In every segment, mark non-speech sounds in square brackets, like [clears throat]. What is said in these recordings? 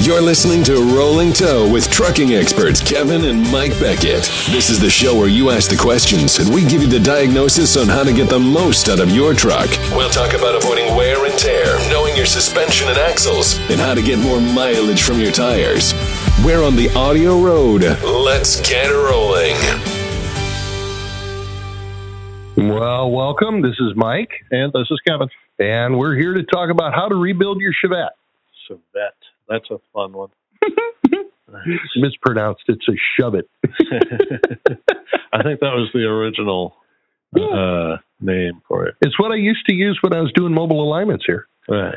You're listening to Rolling Toe with trucking experts Kevin and Mike Beckett. This is the show where you ask the questions and we give you the diagnosis on how to get the most out of your truck. We'll talk about avoiding wear and tear, knowing your suspension and axles, and how to get more mileage from your tires. We're on the audio road. Let's get rolling. Well, welcome. This is Mike. And this is Kevin. And we're here to talk about how to rebuild your Chevette. Chevette. That's a fun one. Mispronounced. It's a [laughs] shove it. I think that was the original uh, name for it. It's what I used to use when I was doing mobile alignments here. Right.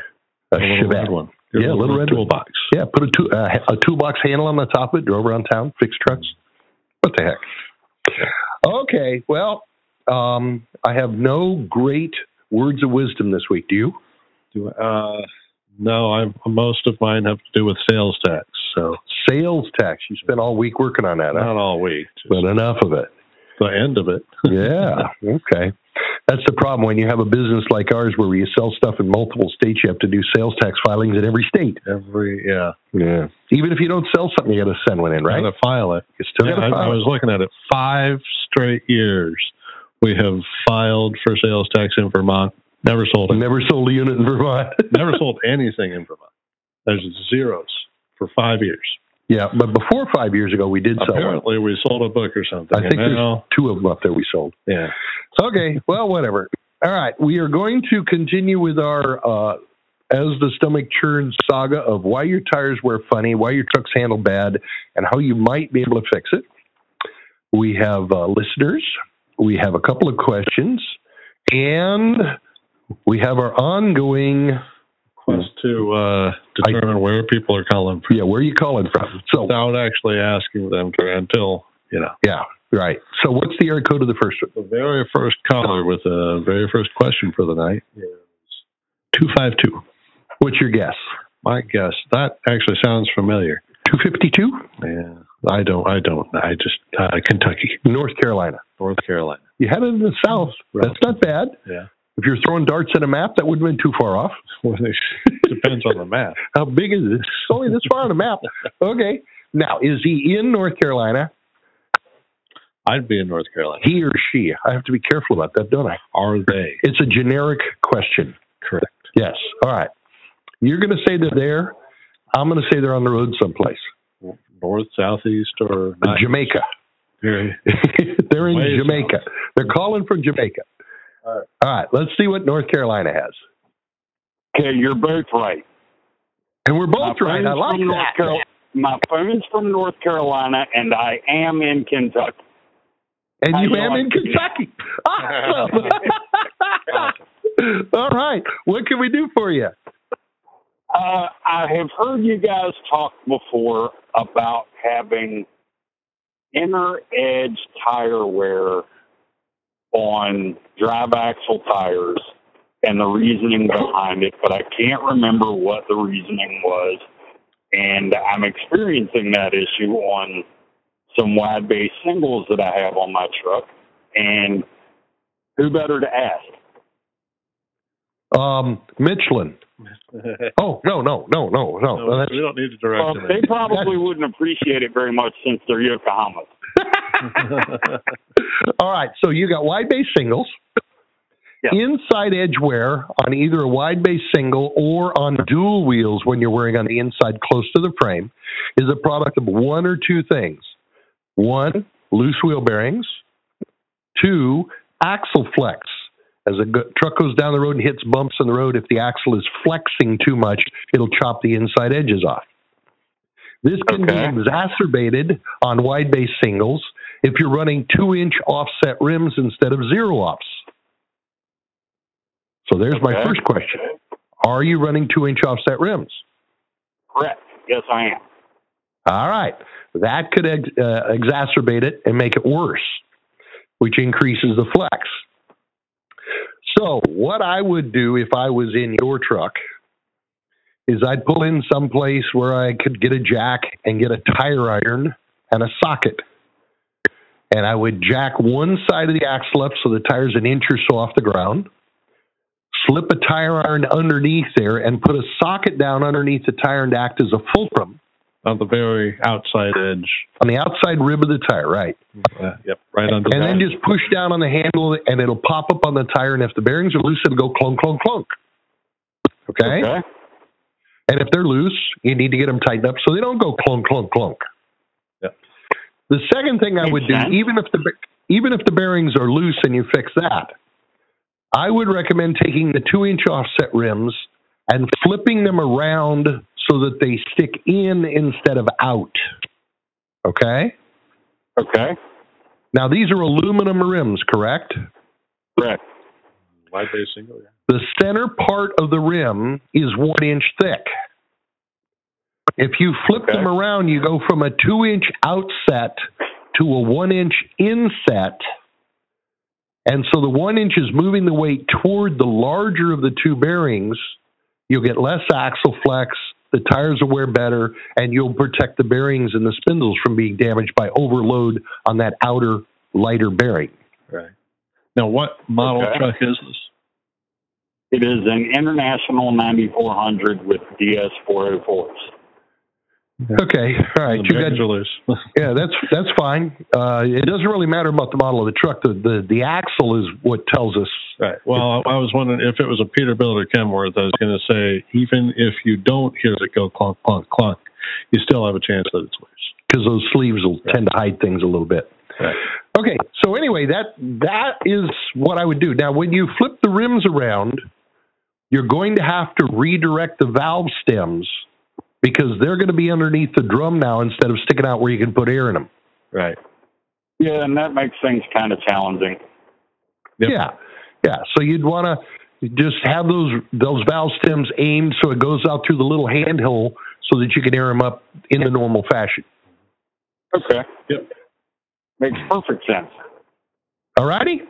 A A, little Chevette. red one. Yeah, a little red one. toolbox. Yeah, put a, two, uh, a toolbox handle on the top of it, drove around town, fixed trucks. What the heck? Okay, well, um, I have no great words [laughs] of wisdom this week. Do you? Do, uh, no, I most of mine have to do with sales tax. So Sales tax. You spent all week working on that, huh? not all week, just But enough of it. the end of it. yeah. Okay. That's the problem when you have a business like ours where you sell stuff in multiple states, you have to do sales tax filings in every state. Every yeah, Yeah. Even if you don't sell something, you got to send one in, right? Gotta file it. You still Yeah, got I, to I file. was looking at it. Five straight years we have filed for sales tax in Vermont. Never sold it. it. Never sold a unit in Vermont. [laughs] Never sold anything in Vermont. There's zeros for five years. yeah, but before five years ago, we did sell one. Apparently, we sold a book or something. I think and there's now, two of them up there we sold. yeah, Okay, [laughs] well, whatever. All right, we are going to continue with our uh, As the Stomach Churns saga of why your tires wear funny, why your trucks handle bad, and how you might be able to fix it. We have uh, listeners, we have a couple of questions, and we have our ongoing. quest to uh, determine where people are calling from Yeah, where are you calling from? So, without actually asking them to until you know yeah, right. So, what's the area code of the first one? the very first caller with the very first question for the night is two five two. What's your guess? My guess that actually sounds familiar. 252? Yeah, I don't. I don't. I just uh, Kentucky, North Carolina. North Carolina. You had it in the South. That's not bad. Yeah. If you're throwing darts at a map, that wouldn't have been too far off. Well, it depends on the map. [laughs] How big is it? It's only this far on a map. Okay. Now, is he in North Carolina? I'd be in North Carolina. He or she? I have to be careful about that, don't I? Are they It's a generic question. correct? Yes. All right. You're going to say they're there. I'm going to say they're on the road someplace. North, southeast, or not? Jamaica. Very- [laughs] they're in Way Jamaica. They're calling from Jamaica. All right. All right. Let's see what North Carolina has. Okay, you're both right. And we're both My right. friend's I like from North that. Carol- my friend's from North Carolina, and I am in Kentucky. And I you know am I in can do that. Kentucky. [laughs] [laughs] Awesome. All right. What can we do for you? Uh, I have heard you guys talk before about having inner edge tire wear on drive axle tires and the reasoning behind it, but I can't remember what the reasoning was. And I'm experiencing that issue on some wide base singles that I have on my truck. And who better to ask? [laughs] Um, Michelin. Oh, no, no, no, no, no. No, That's- we don't need to direct Well, them. they probably wouldn't appreciate it very much since they're Yokohamas. [laughs] All right. So you got wide base singles, Yeah. inside edge wear on either a wide base single or on dual wheels when you're wearing on the inside close to the frame is a product of one or two things. One, loose wheel bearings. Two, axle flex. As a go- truck goes down the road and hits bumps in the road, if the axle is flexing too much, it'll chop the inside edges off. This can Okay. be exacerbated on wide base singles if you're running two inch offset rims instead of zero offs. So there's my Okay. first question. Are you running two inch offset rims? Correct. Yes, I am. All right. That could ex- uh, exacerbate it and make it worse, which increases the flex. So, what I would do if I was in your truck is I'd pull in someplace where I could get a jack and get a tire iron and a socket. And I would jack one side of the axle up so the tire's an inch or so off the ground, slip a tire iron underneath there and put a socket down underneath the tire and act as a fulcrum on the very outside edge. on the outside rib of the tire, right? Uh, yep, right under. And that. then just push down on the handle and it'll pop up on the tire. And if the bearings are loose, it'll go clunk, clunk, clunk. Okay? Okay. And if they're loose, you need to get them tightened up so they don't go clunk, clunk, clunk. Yep. The second thing I Makes would sense. do, even if the ba- even if the bearings are loose and you fix that, I would recommend taking the two inch offset rims and flipping them around so that they stick in instead of out. Okay. Okay. Now these are aluminum rims, correct? Correct. wide base single. Yeah. the center part of the rim is one inch thick. If you flip Okay. them around, you go from a two inch outset to a one inch inset. And so the one inch is moving the weight toward the larger of the two bearings. You'll get less axle flex, the tires will wear better, and you'll protect the bearings and the spindles from being damaged by overload on that outer, lighter bearing. Right. Now, what Oh, model Okay. truck is this? It is an international 9400 with DS 404s. Okay, all The right. You got bearings are loose. Yeah, that's that's fine. Uh, it doesn't really matter about the model of the truck. The the, the axle is what tells us. Right. Well, I I was wondering if it was a Peterbilt or Kenworth. I was going to say, even if you don't hear it go clunk, clunk, clunk, you still have a chance that it's loose. because those sleeves will tend to hide things a little bit. Right. Okay, so anyway, that that is what I would do. Now, when you flip the rims around, you're going to have to redirect the valve stems because they're going to be underneath the drum now instead of sticking out where you can put air in them. Right. Yeah, and that makes things kind of challenging. Yep. Yeah, yeah. So you'd want to just have those those valve stems aimed so it goes out through the little hand hole so that you can air them up in the normal fashion. Okay. Yep. Makes perfect sense. All righty,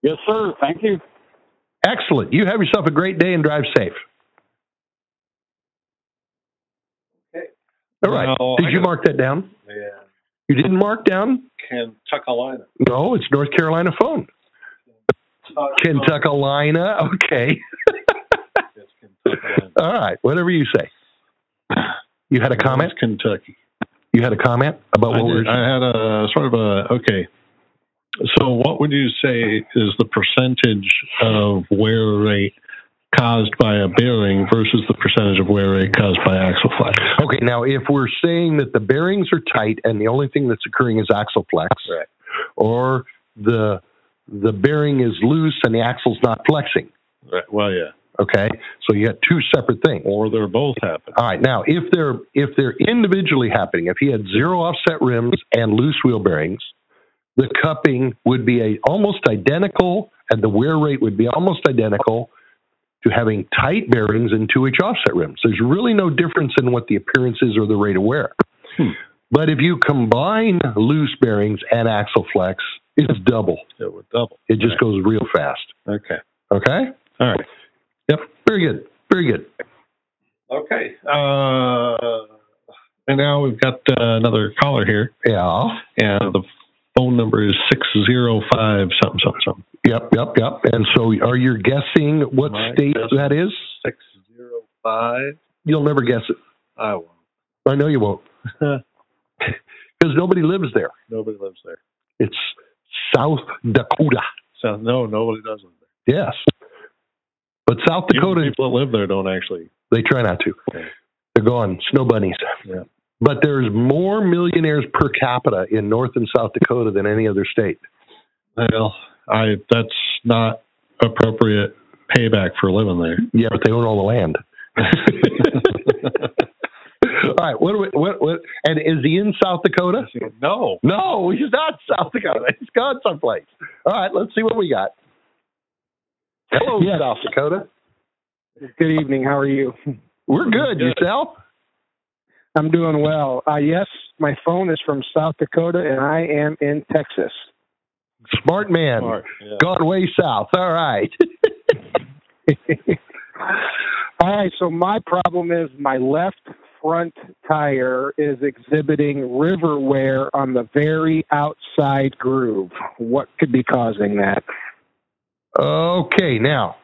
Yes, sir. Thank you. excellent. You have yourself a great day and drive safe. All right. Well, Did I you gotta- mark that down? Yeah. You didn't mark down? Kentuckalina. No, it's North Carolina phone. Kentuckalina. Okay. [laughs] It's Kentuckalina. All right. Whatever you say. You had a comment? It's Kentucky. You had a comment about I, what we did, were I had a sort of a okay. So, what would you say is the percentage of wear rate caused by a bearing versus the percentage of wear rate caused by axle flex? Okay, now if we're saying that the bearings are tight and the only thing that's occurring is axle flex, Right. or the the bearing is loose and the axle's not flexing. Right. Uh, Well, yeah. Okay, so you got two separate things. Or they're both happening. All right, now if they're if they're individually happening, if he had zero offset rims and loose wheel bearings, the cupping would be a, almost identical, and the wear rate would be almost identical to having tight bearings and two inch offset rims. There's really no difference in what the appearance is or the rate of wear. Hmm. But if you combine loose bearings and axle flex, it's double. It would double. It just goes real fast. Okay. Okay. All right. Yep. Very good. Very good. Okay. Uh, and now we've got uh, another caller here, Yeah. and the phone number is six zero five something something something. Yep, yep, yep. And so are you guessing what My state guess- that is? Six zero five. You'll never guess it. I won't. I know [laughs] you won't. [laughs] Because nobody lives there. Nobody lives there. It's South Dakota. So no, nobody does live there. Yes. But South Dakota, Even people that live there don't actually. they try not to. Okay. They're gone. Snow bunnies. Yeah. But there's more millionaires per capita in North and South Dakota than any other state. Well, I that's not appropriate payback for living there. Yeah, but they own all the land. all right. What, do we, what, what? And is he in South Dakota? no. No, he's not South Dakota. He's gone someplace. All right, let's see what we got. Hello, Yes. South Dakota. Good evening. How are you? [laughs] We're good. Good. Yourself? I'm doing well. Uh, yes, my phone is from South Dakota, and I am in Texas. [laughs] Smart man. Smart, yeah. Gone way south. All right. [laughs] All right. So my problem is my left front tire is exhibiting river wear on the very outside groove. What could be causing that? Okay, now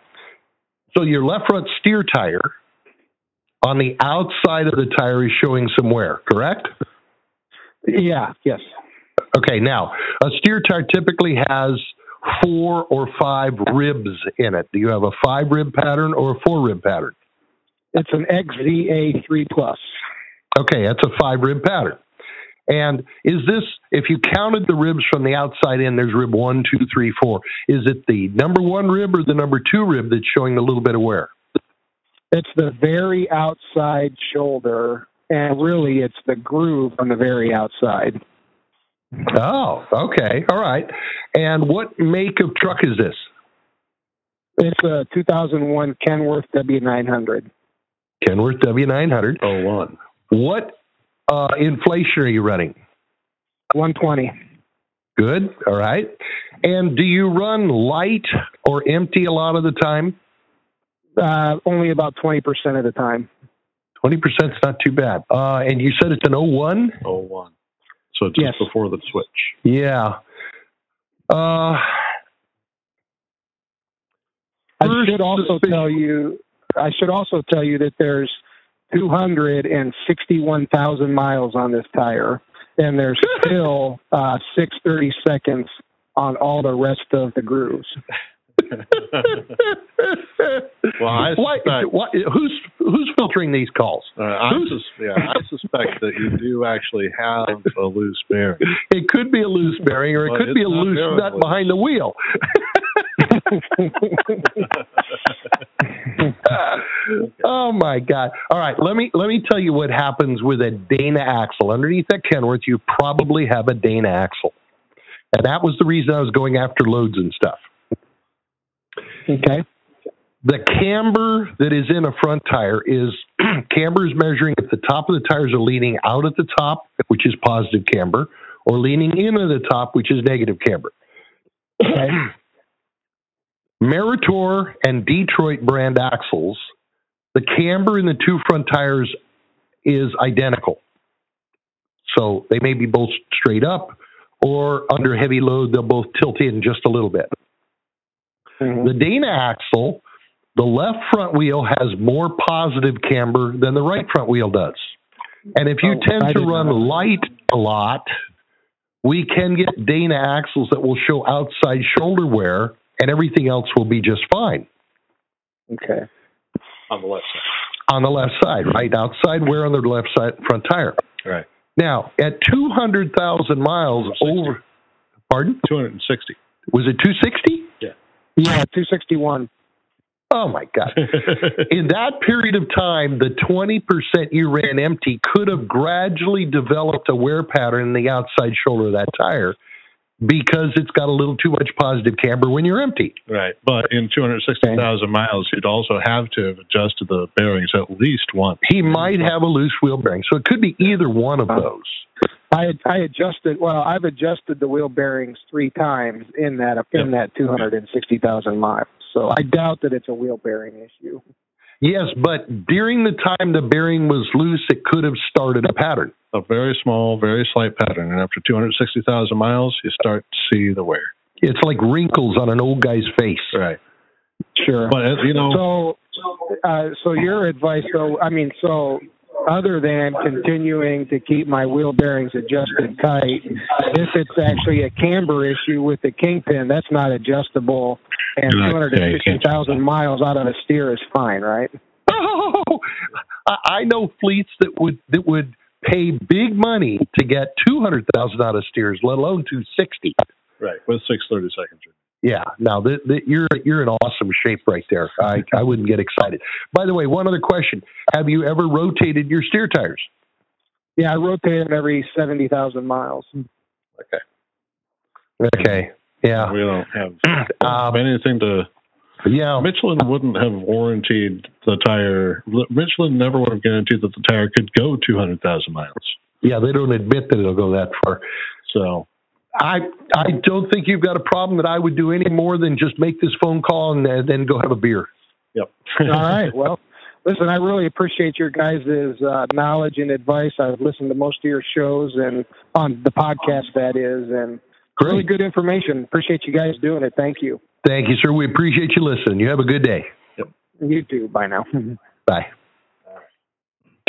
So your left front steer tire on the outside of the tire is showing some wear, correct? Yeah, yes. Okay, now a steer tire typically has four or five ribs in it. Do you have a five rib pattern or a four rib pattern? It's an XVA3 plus. Okay, that's a five rib pattern. And is this, if you counted the ribs from the outside in, there's rib one, two, three, four. Is it the number one rib or the number two rib that's showing a little bit of wear? It's the very outside shoulder, and really it's the groove on the very outside. Oh, okay. All right. And what make of truck is this? It's a 2001 Kenworth W900. Kenworth W900. Oh, one. What uh, inflation are you running? 120. Good. All right. And do you run light or empty a lot of the time? Uh, only about 20% of the time. 20% is not too bad. Uh, and you said it's an 01? Oh, one. So just Yes. before the switch. Yeah. Uh, I First should also suspicion- tell you. I should also tell you that there's 261,000 miles on this tire, and there's still uh, 630 seconds on all the rest of the grooves. Well, I Why- suspect- why- who's who's filtering these calls? Uh, I, sus- yeah, I suspect that you do actually have a loose bearing. It could be a loose bearing, or it Well, could it's be a not loose bearing nut loose. behind the wheel. [laughs] oh my God! All right, let me let me tell you what happens with a Dana axle underneath that Kenworth. You probably have a Dana axle, and that was the reason I was going after loads and stuff. Okay. the camber that is in a front tire is [clears throat] camber is measuring if the top of the tires are leaning out at the top, which is positive camber, or leaning in at the top, which is negative camber. Mm-hmm. Meritor and Detroit brand axles, the camber in the two front tires is identical. So they may be both straight up or under heavy load, they'll both tilt in just a little bit. Mhm. The Dana axle, the left front wheel has more positive camber than the right front wheel does. And if you Oh, tend I to did run not. light a lot, we can get Dana axles that will show outside shoulder wear, and everything else will be just fine Okay. On the left side. on the left side, right outside wear on the left side front tire. Right. Now, at 200,000 miles over, pardon, 260. was it 260? Yeah, 261. Oh my God. in that period of time, the 20% you ran empty could have gradually developed a wear pattern in the outside shoulder of that tire because it's got a little too much positive camber when you're empty. right. But in 260,000 miles, you'd also have to have adjusted the bearings at least once. He might have a loose wheel bearing. So it could be either one of those. I I adjusted. Well, I've adjusted the wheel bearings three times in that in that 260,000 miles. So I doubt that it's a wheel bearing issue. Yes, but during the time the bearing was loose, it could have started a pattern. A very small, very slight pattern. And after 260,000 miles, you start to see the wear. It's like wrinkles on an old guy's face. Right. Sure. But, uh, you know, So, uh, so your advice, though, I mean, so other than continuing to keep my wheel bearings adjusted tight, if it's actually a camber issue with the kingpin, that's not adjustable, and Yeah, yeah, you can't- 250,000 miles out of a steer is [laughs] fine, right? Oh, I I know fleets that would that would pay big money to get two hundred thousand out of steers, let alone two sixty. right. With 630 seconds. Yeah, now that you're you're in awesome shape right there. I I wouldn't get excited. By the way, one other question: Have you ever rotated your steer tires? Yeah, I rotate them every 70,000 miles. Okay. Yeah. We don't have [clears throat] Um, anything to yeah. Michelin wouldn't have warrantied the tire. Michelin never would have guaranteed that the tire could go 200,000 miles. Yeah. They don't admit that it'll go that far. So, I I don't think you've got a problem that I would do any more than just make this phone call and then- then go have a beer. yep. All right. [laughs] Well, listen, I really appreciate your guys' uh, knowledge and advice. I've listened to most of your shows and on the podcast, that is, and really good information. Appreciate you guys doing it. Thank you. Thank you, sir. We appreciate you listening. You have a good day. You too. Bye now. [laughs] Bye.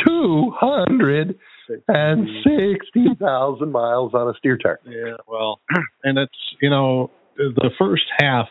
Two hundred and sixty thousand miles on a steer tire. Yeah, well, and it's you know the first half,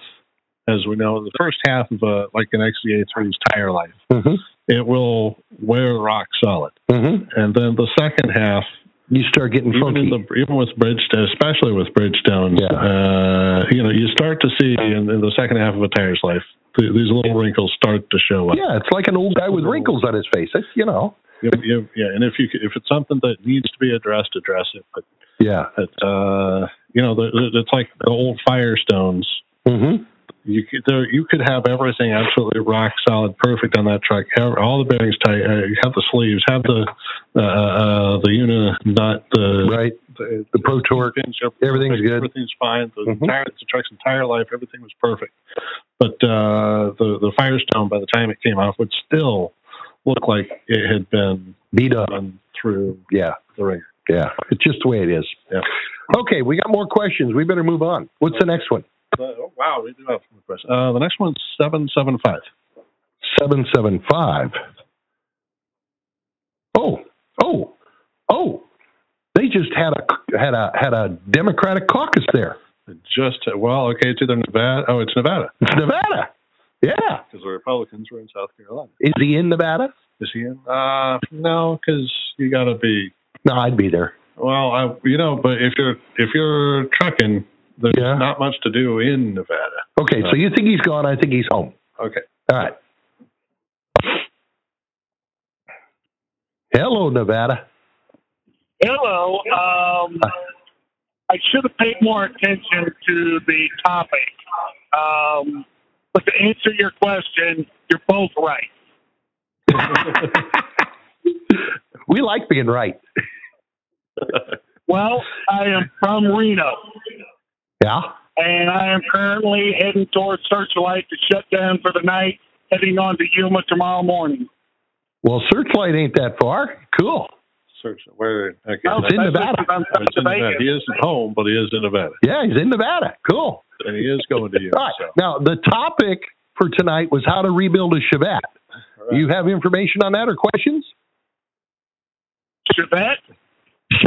as we know, the first half of a like an XDA3's tire life, Mm-hmm. it will wear rock solid, Mm-hmm. and then the second half, You start getting even funky. in the, even with Bridgestone, especially with Bridgestone, Yeah. uh, you know, you start to see in, in the second half of a tire's life th- these little wrinkles start to show up. yeah, it's like an old guy with wrinkles on his face. It's, you know. You- you- yeah, and if you c- if it's something that needs to be addressed, address it. But Yeah. but, uh, you know, the, the, it's like the old Firestones. Mm-hmm. You could, there, you could have everything absolutely rock solid, perfect on that truck. Have all the bearings tight. Uh, have the sleeves. Have the uh, uh, the unit nut. The Right. the, The Pro Torque. pins are Everything's perfect, good. Everything's fine. The Mhm. tire, the truck's entire life, everything was perfect. But uh, the the Firestone, by the time it came off, would still look like it had been Beat up. run through Yeah. the ring. Yeah. It's just the way it is. Yeah. Okay, we got more questions. We better move on. What's the next one? But, oh, wow, we do have some questions. Uh, the next one's seven seven five. seven seven five. Oh, oh, oh! They just had a had a had a Democratic caucus there. Just well, okay, it's either Nevada. Oh, it's Nevada It's Nevada. Yeah, because the Republicans were in South Carolina. is he in Nevada? Is he in? Uh, no, because you got to be No, I'd be there. well. I you know, but if you're if you're trucking, there's Yeah. not much to do in Nevada. Okay, so you think he's gone? I think he's home. Okay. All right. Hello, Nevada. Hello. Um, I should have paid more attention to the topic. Um, but to answer your question, you're both right. We like [laughs] being right. Well, I am from Reno, Yeah. and I am currently heading towards Searchlight to shut down for the night, heading on to Yuma tomorrow morning. Well, Searchlight ain't that far. Cool. Search where? Okay. It's in Nevada. I'm Oh, from it's in Nevada. Vegas. He isn't home, but he is in Nevada, Yeah, he's in Nevada. Cool. and he is going to you. All right. so. Now, the topic for tonight was how to rebuild a Chevette. All right. Do you have information on that or questions? Chevette?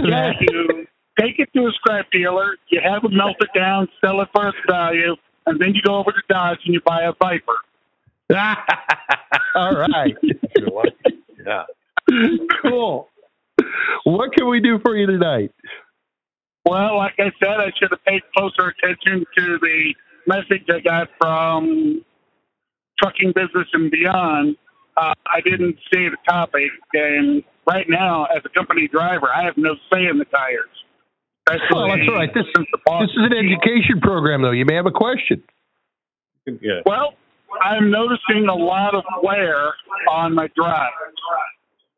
Yeah, you take it to a scrap dealer, you have it melted down, sell it for its value, and then you go over to Dodge and you buy a Viper. [laughs] All right. You're lucky. yeah. cool. What can we do for you tonight? Well, like I said, I should have paid closer attention to the message I got from Trucking Business and Beyond. Uh, I didn't see the topic, and right now, as a company driver, I have no say in the tires. Well, Oh, that's all right. This- Since the boss- This is an education program, though. You may have a question. Yeah. Well, I'm noticing a lot of wear on my drive.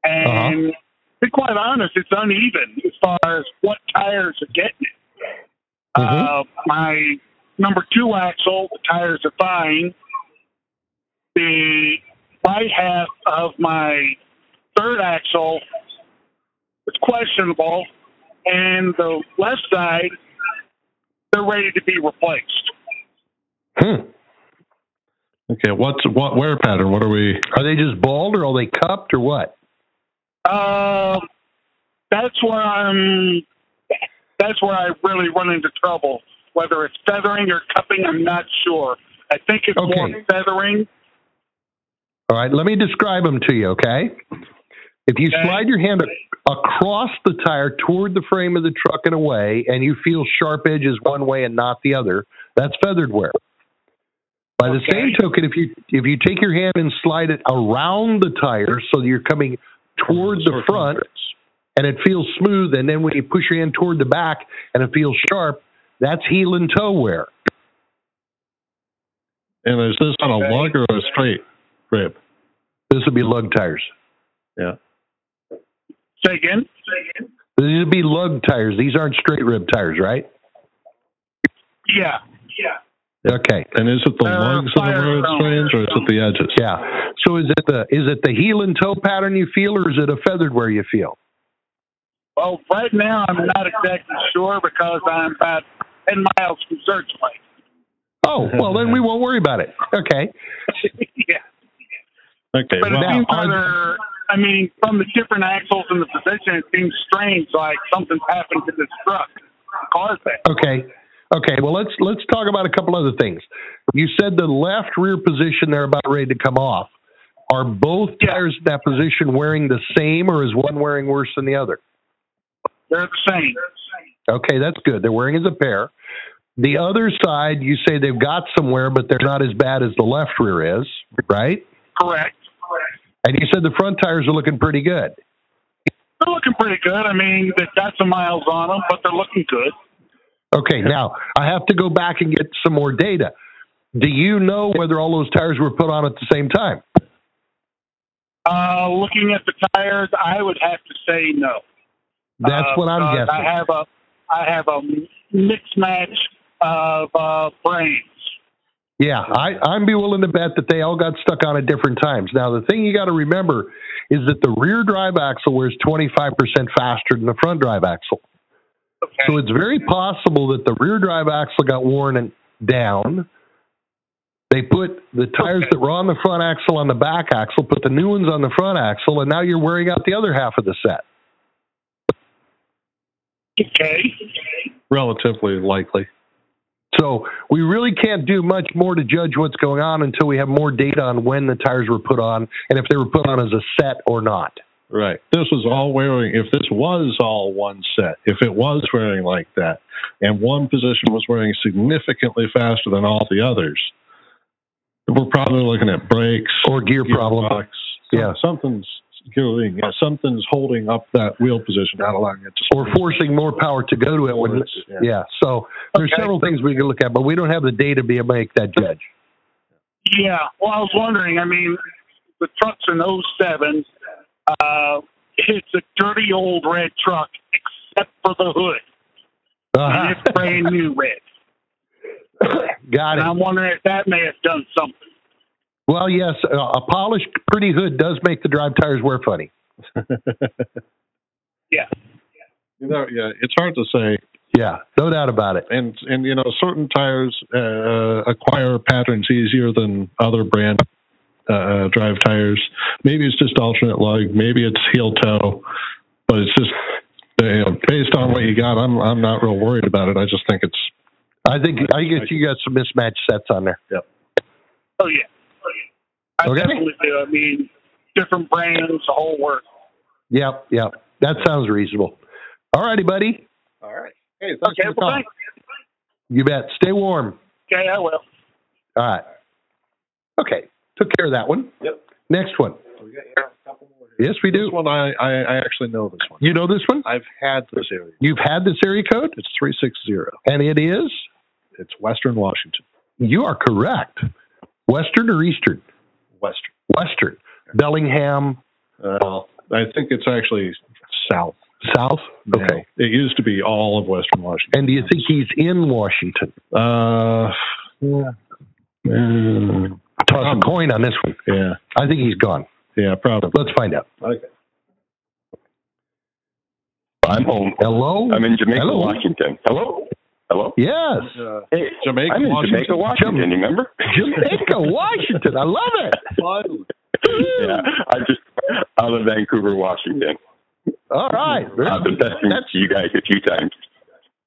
And to be quite honest, it's uneven as far as what tires are getting it. Mm-hmm. Uh, my number two axle, the tires are fine. The right half of my third axle is questionable. And the left side, they're ready to be replaced. Hmm. Okay. What's what wear pattern? What are we? Are they just bald or are they cupped or what? Um, that's where I'm. That's where I really run into trouble. Whether it's feathering or cupping, I'm not sure. I think it's Okay. more feathering. All right, let me describe them to you, okay? If you Okay. slide your hand a- across the tire toward the frame of the truck and away, and you feel sharp edges one way and not the other, that's feathered wear. By the Okay. same token, if you if you take your hand and slide it around the tire so you're coming toward the front and it feels smooth, and then when you push your hand toward the back and it feels sharp, that's heel and toe wear. And is this on a lug or a straight rib? This would be lug tires. Say again. These would be lug tires. These aren't straight rib tires, right? Yeah. Yeah. Okay. And is it the Uh, lugs that are wearing firestone. strange, or is it the edges? Yeah. So is it the is it the heel and toe pattern you feel, or is it a feathered wear you feel? Well, right now I'm not exactly sure because I'm about ten miles from Searchlight. Oh well, then we won't worry about it. Okay. [laughs] yeah. Okay. But it Well, seems are- rather, I mean, from the different axles and the position, it seems strange, like something's happened to this truck. Caused that. Okay. Okay. Well, let's let's talk about a couple other things. You said the left rear position they're about ready to come off. Are both Yeah. tires in that position wearing the same, or is one wearing worse than the other? They're the same. Okay, that's good. They're wearing as a pair. The other side, you say they've got somewhere, but they're not as bad as the left rear is, right? Correct. And you said the front tires are looking pretty good. They're looking pretty good. I mean, they've got some miles on them, but they're looking good. Okay, now I have to go back and get some more data. Do you know whether all those tires were put on at the same time? Uh, looking at the tires, I would have to say no. That's Uh, what I'm because guessing. I have a, I have a mixed match of uh, brains. Yeah, I, I'd be willing to bet that they all got stuck on at different times. Now, the thing you got to remember is that the rear drive axle wears 25% faster than the front drive axle. Okay. So it's very possible that the rear drive axle got worn and down. They put the tires Okay. that were on the front axle on the back axle, put the new ones on the front axle, and now you're wearing out the other half of the set. okay. relatively likely. So we really can't do much more to judge what's going on until we have more data on when the tires were put on and if they were put on as a set or not. Right. This was all wearing, if this was all one set, if it was wearing like that, and one position was wearing significantly faster than all the others, we're probably looking at brakes Or gear problem. gearbox, Yeah. Something's giving, yeah, something's holding up that wheel position, not allowing it to or forcing more power to go to it when Forwards, yeah. yeah. so there's Okay. several things we can look at but we don't have the data to be able to make that judge Yeah. Well, I was wondering. I mean, the truck's an 07. Uh, it's a dirty old red truck, except for the hood. And Uh-huh. it's brand new red. got And it I'm wondering if that may have done something. well yes uh, a polished pretty hood does make the drive tires wear [laughs] funny Yeah. You know, yeah, it's hard to say. yeah no doubt about it and and you know certain tires uh, acquire patterns easier than other brand uh, drive tires. Maybe it's just alternate lug, maybe it's heel toe, but it's just you know, based on what you got. I'm I'm not real worried about it. I just think it's i think i guess you got some mismatched sets on there Oh yeah. Oh, yeah. I Okay. definitely do. I mean, different brands, the whole works. yep yep that sounds reasonable all righty buddy all right. Hey, Okay. Well, thanks. you bet stay warm Okay, I will. all right okay took care of that one Yep. next one yes we This do one I, I I actually know this one. you know this one I've had this area. you've had this area code It's three six zero. and it is It's Western Washington. You are correct. Western or Eastern? Western. Western. Bellingham, Uh, I think it's actually south. South? now. Okay. It used to be all of Western Washington. And do you think he's in Washington? Uh, yeah. Mm, Toss a coin on this one. yeah, I think he's gone. yeah, probably. Let's find out. Okay. I'm home. Hello? I'm in Jamaica, Oh, Hello? Washington. Hello? Hello? Yes. Uh, Hey, Jamaica, I'm in Washington. Jamaica, Washington, Jam- remember? Jamaica, Washington. I love it. Finally. [laughs] yeah, I'm just out of Vancouver, Washington. All right. I've been passing That's- to you guys a few times.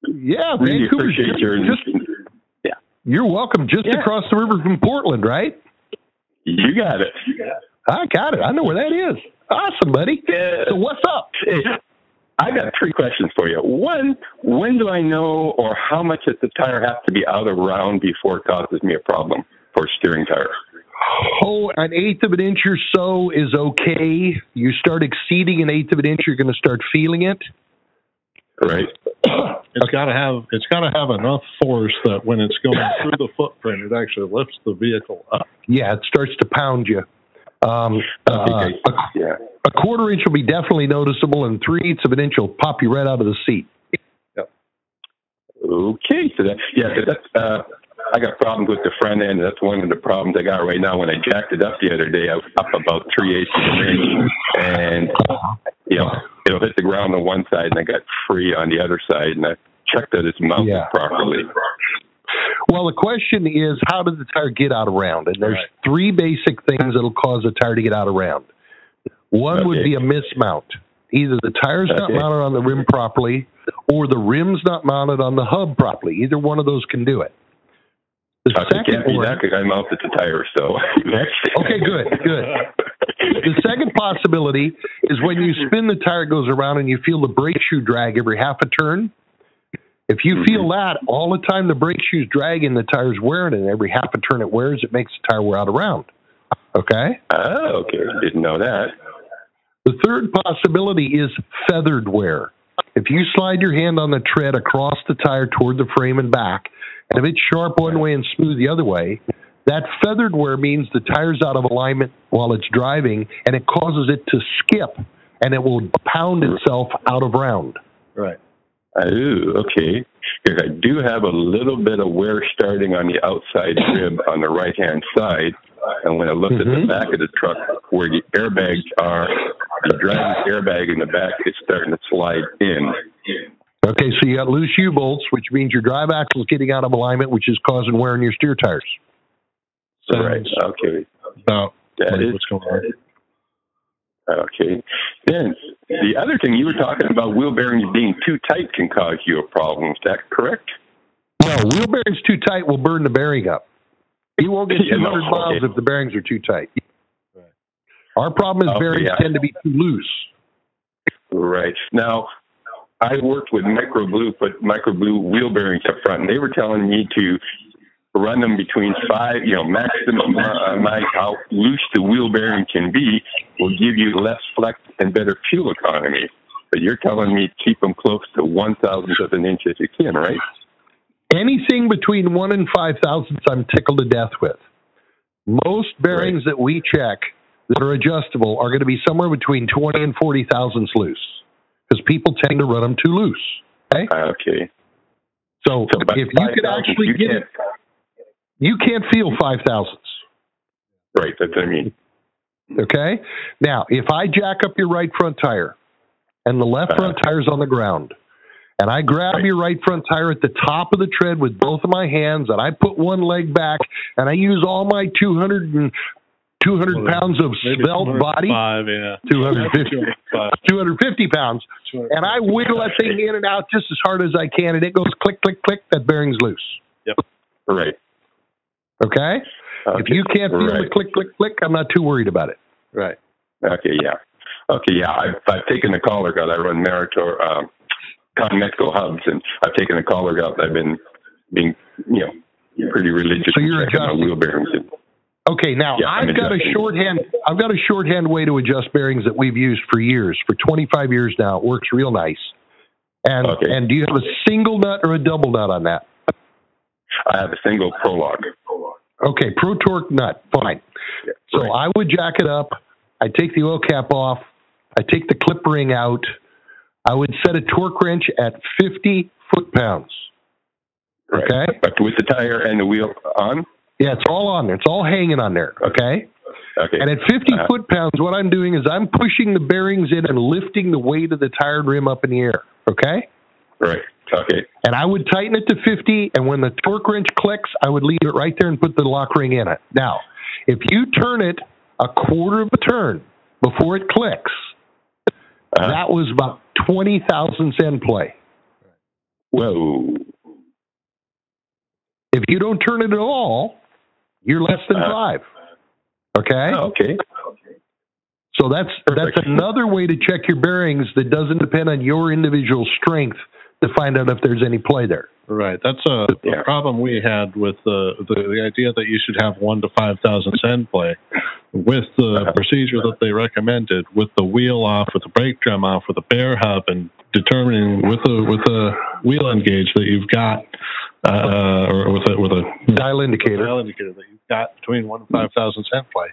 yeah, Really Vancouver's appreciate just, your just- you're welcome. Just Yeah. across the river from Portland, right? You got it. I got it. I know where that is. Awesome, buddy. Yeah. So what's up? Hey, I got three questions for you. One, when do I know or how much does the tire have to be out of round before it causes me a problem for steering tire? Oh, an eighth of an inch or so is okay. You start exceeding an eighth of an inch, you're going to start feeling it. Right? [coughs] It's got to have it's got to have enough force that when it's [laughs] going through the footprint, it actually lifts the vehicle up. Yeah, it starts to pound you. Um, I think uh, I- yeah. a quarter inch will be definitely noticeable, and three eighths of an inch will pop you right out of the seat. Okay, so that yeah, 'cause that's uh, I got problems with the front end. That's one of the problems I got right now. When I jacked it up the other day, I was up about three eighths of an inch, and you know it'll hit the ground on one side, and I got free on the other side, and I checked that it's mounted Yeah. properly. Well, the question is, how does the tire get out of round? And there's three basic things that'll cause the tire to get out of round. One would Okay. be a mismount. Either the tire's not Okay. mounted on the rim properly, or the rim's not mounted on the hub properly. Either one of those can do it. The I think second Uh, can't be one, that because I mounted the tire. So [laughs] Okay, good, good. the second possibility is when you spin the tire goes around and you feel the brake shoe drag every half a turn. If you Mm-hmm. feel that all the time, the brake shoes drag and the tire's wearing, and every half a turn it wears, it makes the tire wear out around. Okay. Oh, okay. Didn't know that. The third possibility is feathered wear. If you slide your hand on the tread across the tire toward the frame and back, and if it's sharp one way and smooth the other way, that feathered wear means the tire's out of alignment while it's driving and it causes it to skip and it will pound itself out of round. Right. Oh, okay. Because I do have a little bit of wear starting on the outside [laughs] rib on the right hand side. And when I looked at Mm-hmm. Mhm. the back of the truck where the airbags are, the driving airbag in the back is starting to slide in. Okay, so you got loose U bolts, which means your drive axle's getting out of alignment, which is causing wear on your steer tires. Sounds right. Okay. About That like, is what's going on. Okay. Then the other thing you were talking about wheel bearings being too tight can cause you a problem. Is that correct? No, wheel bearings too tight will burn the bearing up. You won't [laughs] get Yeah, no, 200 miles okay. if the bearings are too tight. Our problem is Okay, bearings yeah. tend to be too loose. Right. Now, I worked with Micro Blue, put Micro Blue wheel bearings up front, and they were telling me to run them between five, you know, maximum uh, amount, how loose the wheel bearing can be will give you less flex and better fuel economy. But you're telling me keep them close to one thousandth of an inch if you can, right? Anything between one and five thousandths, I'm tickled to death with. Most bearings that we check that are adjustable are going to be somewhere between 20 and 40 thousandths loose because people tend to run them too loose. Okay? Okay. So, So about if you could 5,000, actually you get can't- it, you can't feel five thousandths. Right, that's what I mean. Okay. Now, if I jack up your right front tire and the left Uh-huh. front tire's on the ground, and I grab Right. your right front tire at the top of the tread with both of my hands, and I put one leg back, and I use all my 200 and 200 pounds of Maybe svelte body, Five, yeah. 250, 205. 250 pounds, and I wiggle that thing in and out just as hard as I can, and it goes click, click, click, that bearing's loose. Right. Okay? If Okay. you can't feel Right. the click, click, click, I'm not too worried about it. Right. Okay, yeah. Okay, yeah. I've, I've taken the collar guard. I run Meritor, um, Conmetco hubs, and I've taken the collar guard. I've been being, you know, pretty religious. So you're in checking my adjusting. wheel bearings. And, Okay, now Yeah, I'm I've got a adjusting. shorthand. I've got a shorthand way to adjust bearings that we've used for years, for 25 years now. It works real nice. And Okay. and do you have a single nut or a double nut on that? I have a single prologue. Okay, pro torque nut, fine. So I would jack it up. I take the oil cap off. I take the clip ring out. I would set a torque wrench at 50 foot pounds. Right. Okay. But with the tire and the wheel on. Yeah, it's all on there. It's all hanging on there. Okay. Okay. And at 50 Uh-huh. foot pounds, what I'm doing is I'm pushing the bearings in and lifting the weight of the tire rim up in the air. Okay? right. Okay. And I would tighten it to 50, and when the torque wrench clicks, I would leave it right there and put the lock ring in it. Now, if you turn it a quarter of a turn before it clicks, Uh-huh. that was about 20 thousandths end play. Whoa. If you don't turn it at all, you're less than Uh-huh. five. Okay? Oh, okay. So that's Perfect. that's another way to check your bearings that doesn't depend on your individual strength to find out if there's any play there. Right. That's a, a Yeah. problem we had with the, the the idea that you should have one to five thousand cent play. With the Uh-huh. procedure that they recommended, with the wheel off, with the brake drum off, with the bear hub, and determining with the with the wheel end gauge that you've got, uh, or with a with a Dial indicator. dial indicator that you've got between one and five thousand cent play.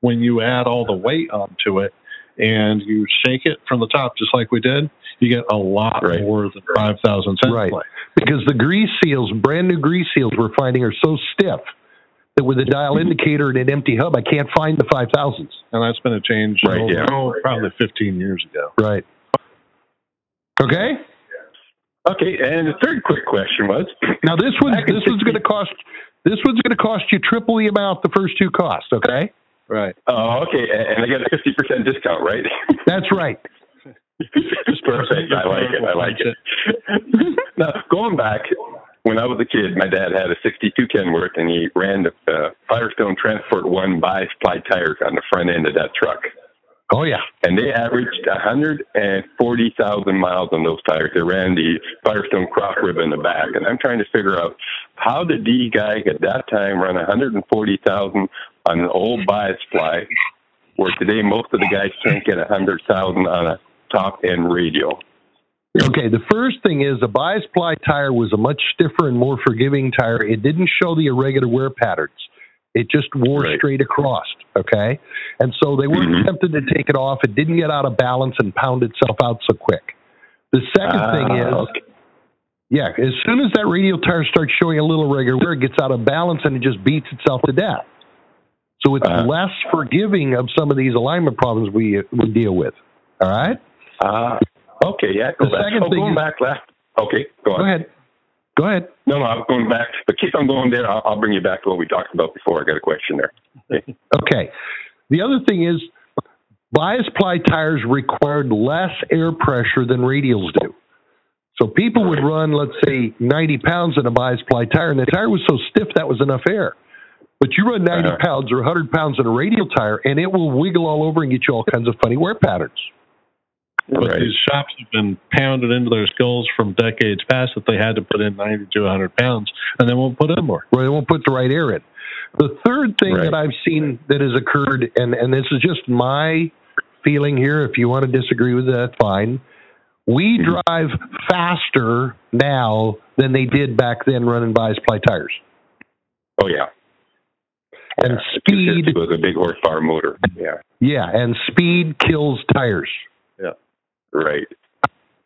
When you add all the weight onto it and you shake it from the top, just like we did, you get a lot Right. more than five thousand cent Right. play. Because the grease seals, brand new grease seals we're finding are so stiff that with a dial indicator and an empty hub I can't find the five thousands. and that's been a change Right, oh, yeah. oh, probably 15 years ago. Right. Okay? Okay, and the third quick question was Now this one's Back in this one's 60 going to cost this one's going to cost you triple the amount the first two cost. Okay, Right. Oh, okay, and and I got a fifty percent [laughs] discount, right? that's right. Perfect. I like it. I like it. now, [laughs] going back, when I was a kid, my dad had a 62 Kenworth, and he ran the uh, Firestone Transport 1 by supply tires on the front end of that truck. Oh yeah, And they averaged 140,000 miles on those tires. They ran the Firestone Crop Rib in the back. And I'm trying to figure out how did the guy at that time run 140,000 on an old bias fly, where today most of the guys can't get 100,000 on a top end radio? Okay, the first thing is a bias ply tire was a much stiffer and more forgiving tire. It didn't show the irregular wear patterns. It just wore Right. straight across. Okay. And so they weren't Mhm. tempted to take it off. It didn't get out of balance and pound itself out so quick. The second thing Ah, is, okay. yeah, as soon as that radial tire starts showing a little irregular wear, it gets out of balance and it just beats itself to death. So it's Uh-huh. less forgiving of some of these alignment problems we, we deal with. All right. Ah, okay, yeah. Go The back. second oh, thing going is- back last. Okay, go on. Go ahead. Go ahead. No, no, I'm going back. But keep on going there. I'll, I'll bring you back to what we talked about before. I got a question there. [laughs] Okay. The other thing is, bias ply tires required less air pressure than radials do. So people would run, let's say, 90 pounds in a bias ply tire, and the tire was so stiff that was enough air. But you run 90 Uh-huh. pounds or 100 pounds in a radial tire, and it will wiggle all over and get you all kinds of funny wear patterns. But Right. these shops have been pounded into their skulls from decades past that they had to put in 90 to 100 pounds, and they won't put in more. where they won't put the right air in. The third thing Right. that I've seen that has occurred, and, and this is just my feeling here, if you want to disagree with that, fine. We Mm-hmm. Mhm. drive faster now than they did back then running bias ply tires. Oh, yeah. And Yeah, the speed- 250 was a big horsepower motor. Yeah, Yeah, and speed kills tires. right.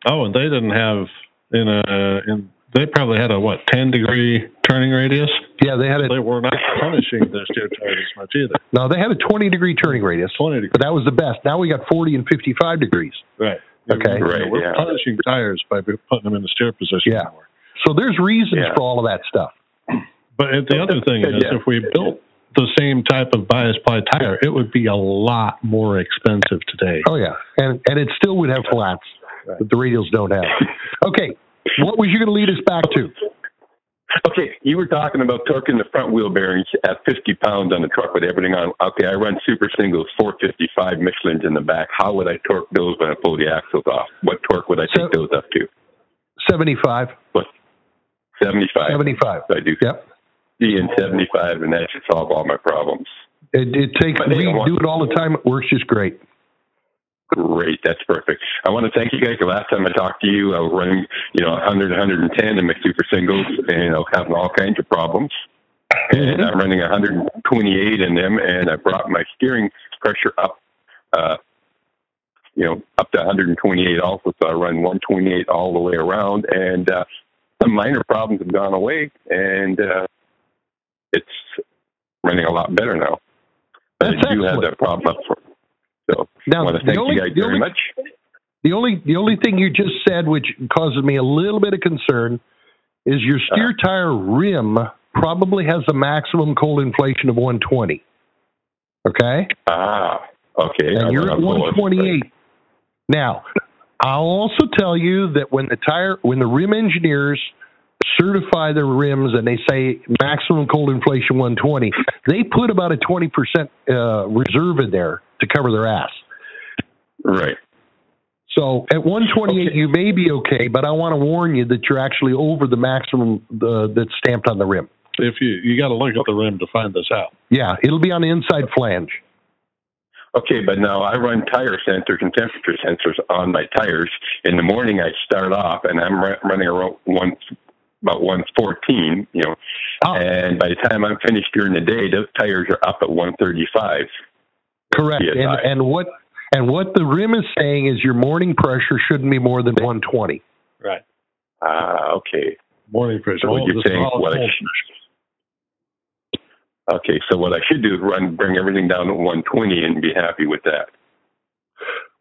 Oh, and they didn't have in a in they probably had a what 10 degree turning radius. Yeah, they had a They were not punishing those two tires as much either. no, they had a twenty degree turning radius, 20 degree. but that was the best. Now we got forty and fifty five degrees. Mm-hmm. Right. Okay. Right, we're yeah. punishing tires by putting them in the steer position. Yeah. more. So there's reasons Yeah. for all of that stuff. But if the other thing is, Yeah. if we built the same type of bias ply tire, it would be a lot more expensive today. Oh yeah, and and it still would have flats that the radials don't have. Okay, what was you going to lead us back to? Okay, you were talking about torquing the front wheel bearings at 50 pounds on the truck with everything on. Okay, I run super singles, 455 Michelins in the back. How would I torque those when I pull the axles off? What torque would I So- take those up to? 75, 75. 75. So I do Yep. C and 75, and that should solve all my problems. It, it takes, But we they want- do it all the time. It works just great. Great, that's perfect. I want to thank you guys. The last time I talked to you, I was running, you know, 100, 110 in my super singles, and I was having all kinds of problems. Mm-hmm. And I'm running 128 in them, and I brought my steering pressure up, uh, you know, up to 128 also. So I run 128 all the way around, and uh, some minor problems have gone away, and uh, it's running a lot better now. But That's I do have excellent. that problem up front. So Now, I want to thank the only, you guys the, very only, much. the, only, the only thing you just said, which causes me a little bit of concern, is your steer tire rim probably has a maximum cold inflation of 120. Okay? Ah, okay. I and you're went at up below it. 128. Now, I'll also tell you that when the tire, when the rim engineers certify their rims and they say maximum cold inflation 120, they put about a 20% uh, reserve in there to cover their ass. Right. So at 128, Okay. you may be okay, but I want to warn you that you're actually over the maximum uh, that's stamped on the rim. If you you got to look at the rim to find this out. Yeah, it'll be on the inside flange. Okay, but now I run tire sensors and temperature sensors on my tires. In the morning, I start off and I'm ru- running around one, about 114, you know, Ah. Oh. and by the time I'm finished during the day, those tires are up at 135. Correct. PSI. And, and what and what the rim is saying is your morning pressure shouldn't be more than 120. Right. Ah, okay. Morning pressure. So what Well, you're this is saying, all what I cold. Okay, so what I should do is run, bring everything down to 120 and be happy with that.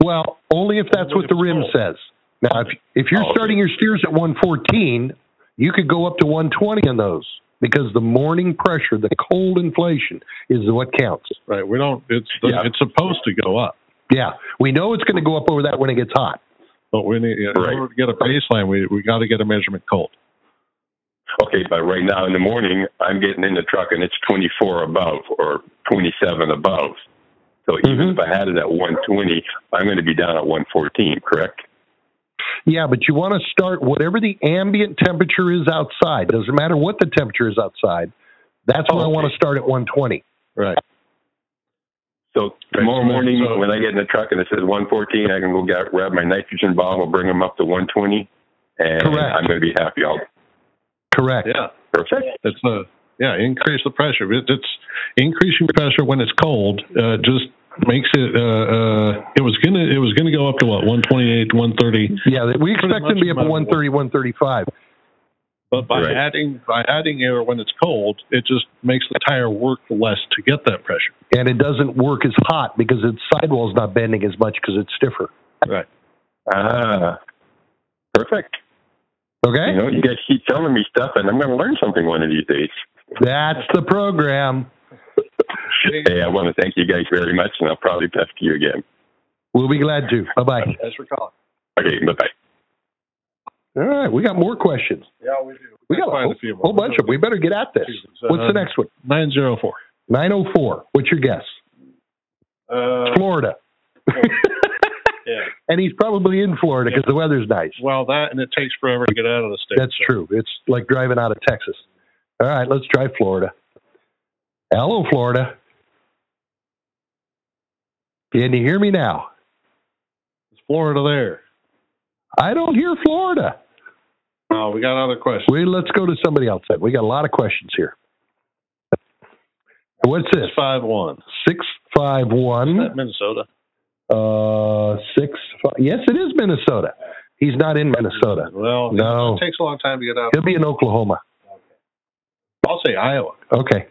Well, only if that's what the rim says. Now, if if you're Oh, okay. starting your steers at 114, you could go up to 120 on those because the morning pressure, the cold inflation, is what counts. Right. We don't. It's the, Yeah. it's supposed to go up, Yeah, we know it's going to go up over that when it gets hot. but we need in Right. order to get a baseline, we we got to get a measurement cold. Okay, but right now in the morning, I'm getting in the truck and it's 24 above or 27 above. So even Mm-hmm. Mhm. if I had it at 120, I'm going to be down at 114, correct? Yeah, but you want to start whatever the ambient temperature is outside. Doesn't matter what the temperature is outside. That's where I want to start at 120. Right. So tomorrow so- morning so- when I get in the truck and it says 114, I can go get, grab my nitrogen bomb. I'll bring them up to 120, and Correct. I'm going to be happy. I'll Correct. Yeah. perfect. It's a yeah. Increase the pressure. It, it's increasing pressure when it's cold. Uh, just makes it. Uh, uh, it was gonna. It was gonna go up to what 128, 130. Yeah, that- we expect them to be up much no at 130, 135. But by Right. adding by adding air when it's cold, it just makes the tire work less to get that pressure. And it doesn't work as hot because its sidewall's not bending as much because it's stiffer. Right. Ah, perfect. Okay? You know, you guys keep telling me stuff, and I'm going to learn something one of these days. That's the program. Hey, I want to thank you guys very much, and I'll probably pester you again. We'll be glad to. Bye bye. As we're calling. Okay, bye bye. All right, we got more questions. Yeah, we do. We got a Quite whole, whole bunch of them. We better get at this. What's the next one? Nine zero four. 904. What's your guess? Uh, Florida. yeah. and he's probably in Florida because the weather's nice. Well, that and it takes forever to get out of the state. That's true. It's like driving out of Texas. All right, let's try Florida. Hello, Florida. Can you hear me now? It's Florida there. I don't hear Florida. Oh, we got other questions. We let's go to somebody else. Then we got a lot of questions here. What's this? five one. Six five one. Minnesota. Uh, six. Five, yes, it is Minnesota. He's not in Minnesota. Well, No. it takes a long time to get out. He'll be in Oklahoma. I'll say Iowa. Okay.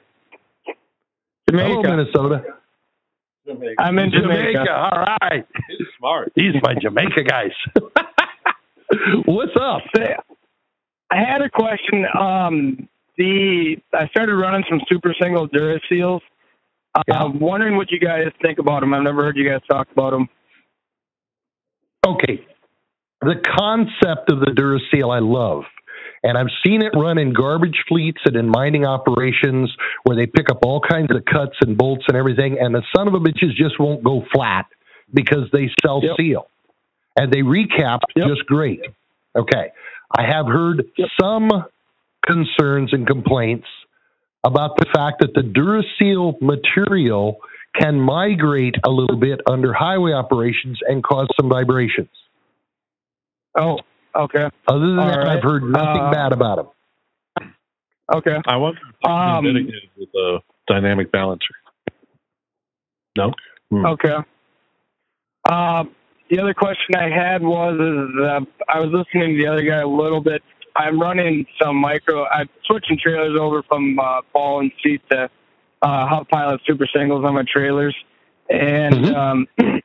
Hello, Jamaica. Minnesota. I'm in Jamaica. Jamaica. All right. He's smart. These my [laughs] Jamaica guys. What's up? I had a question. Um, the I started running some super single Duraseals. Uh, Yeah. I'm wondering what you guys think about them. I've never heard you guys talk about them. Okay. The concept of the Duracell I love. And I've seen it run in garbage fleets and in mining operations where they pick up all kinds of cuts and bolts and everything, and the son of a bitches just won't go flat because they sell seal. And they recap just great. Okay. I have heard some concerns and complaints about the fact that the Duracell material can migrate a little bit under highway operations and cause some vibrations. Oh, okay, Other than All that, right. I've heard nothing Uh, bad about them. okay. I wonder if it's Um, mitigated with uh, a dynamic balancer. hmm. Okay. Um, the other question I had was is, uh, I was listening to the other guy a little bit. I'm running some micro. I'm switching trailers over from uh, ball and seat to uh, Hot Pilot Super Singles on my trailers, and Mhm. um, [clears throat]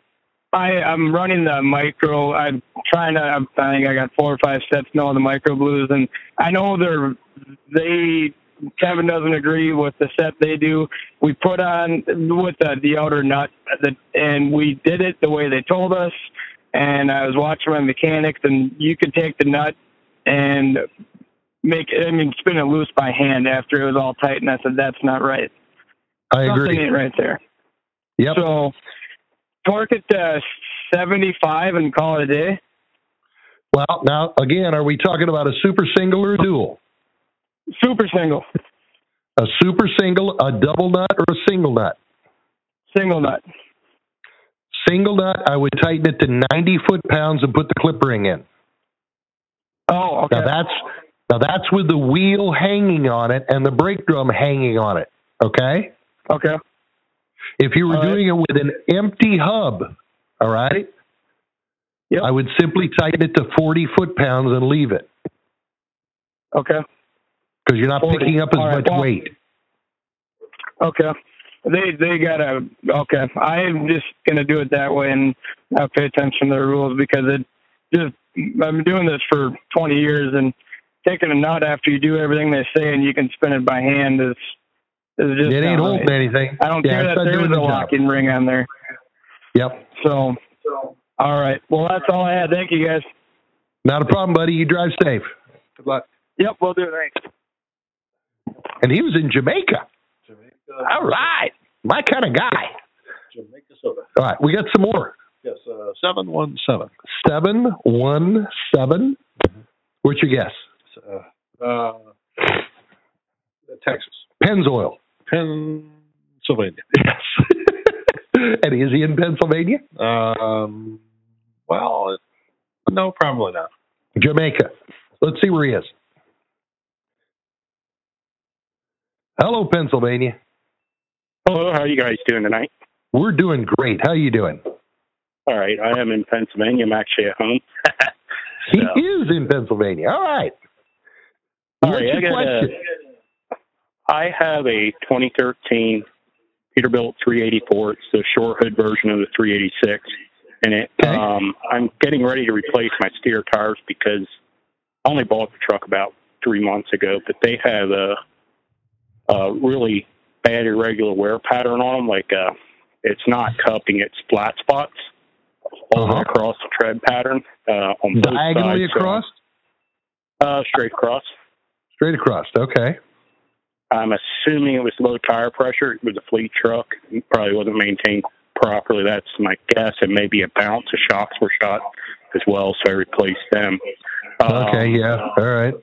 I I'm running the micro. I'm trying to. I'm, I think I got four or five steps now on the micro blues, and I know they're they. Kevin doesn't agree with the set they do we put on with the, the outer nut, the, and we did it the way they told us. And I was watching my mechanics, and you could take the nut and make, I mean, spin it loose by hand after it was all tight. And I said, that's not right. I Something agree. ain't right there. Yep. So torque it to 75 and call it a day. Well, now again, are we talking about a super single or a dual? Super single, A super single, a double nut, or a single nut? single nut. Single nut, I would tighten it to 90 foot pounds and put the clip ring in. Oh, okay. Now that's now that's with the wheel hanging on it and the brake drum hanging on it. Okay. okay. If you were All right. doing it with an empty hub, all right, Yep. I would simply tighten it to 40 foot pounds and leave it Okay. because you're not 40. picking up as All right, much well- weight. Okay. They they gotta okay. I'm just gonna do it that way and not pay attention to the rules because it just I've been doing this for 20 years, and taking a nut after you do everything they say and you can spin it by hand is is just It ain't not holding right. anything. I don't Yeah, care it's not that there doing is a the job. locking ring on there. Yep. So, so, all right. Well, that's all I had. Thank you guys. Not a problem, buddy. You drive safe. Good luck. Yep, we'll do it. Thanks. And he was in Jamaica. All right. My kind of guy. Jamaica soda. All right. We got some more. Yes, uh, seven one seven. 717. What's your guess? Uh, Texas, Pennzoil. Pennsylvania. Yes. [laughs] and is he in Pennsylvania? Um, well, it- no, probably not. Jamaica. Let's see where he is. Hello, Pennsylvania. Hello, how are you guys doing tonight? We're doing great. How you doing? All right, I am in Pennsylvania. I'm actually at home. He Yeah. is in Pennsylvania. All right. All What's right, I your got a- question? I have a 2013 Peterbilt 384. It's the short hood version of the 386, and it. Okay. Um, I'm getting ready to replace my steer tires because I only bought the truck about three months ago, but they have a, a really bad irregular wear pattern on them. Like uh, it's not cupping; it's flat spots all the way Uh-huh. across the tread pattern uh, on both Diagonally sides, so- across? Uh, straight across. Straight across. Okay. I'm assuming it was low tire pressure. It was a fleet truck. It probably wasn't maintained properly. That's my guess. And maybe a bounce. The shocks were shot as well, so I replaced them. Um, Okay. Yeah. All right.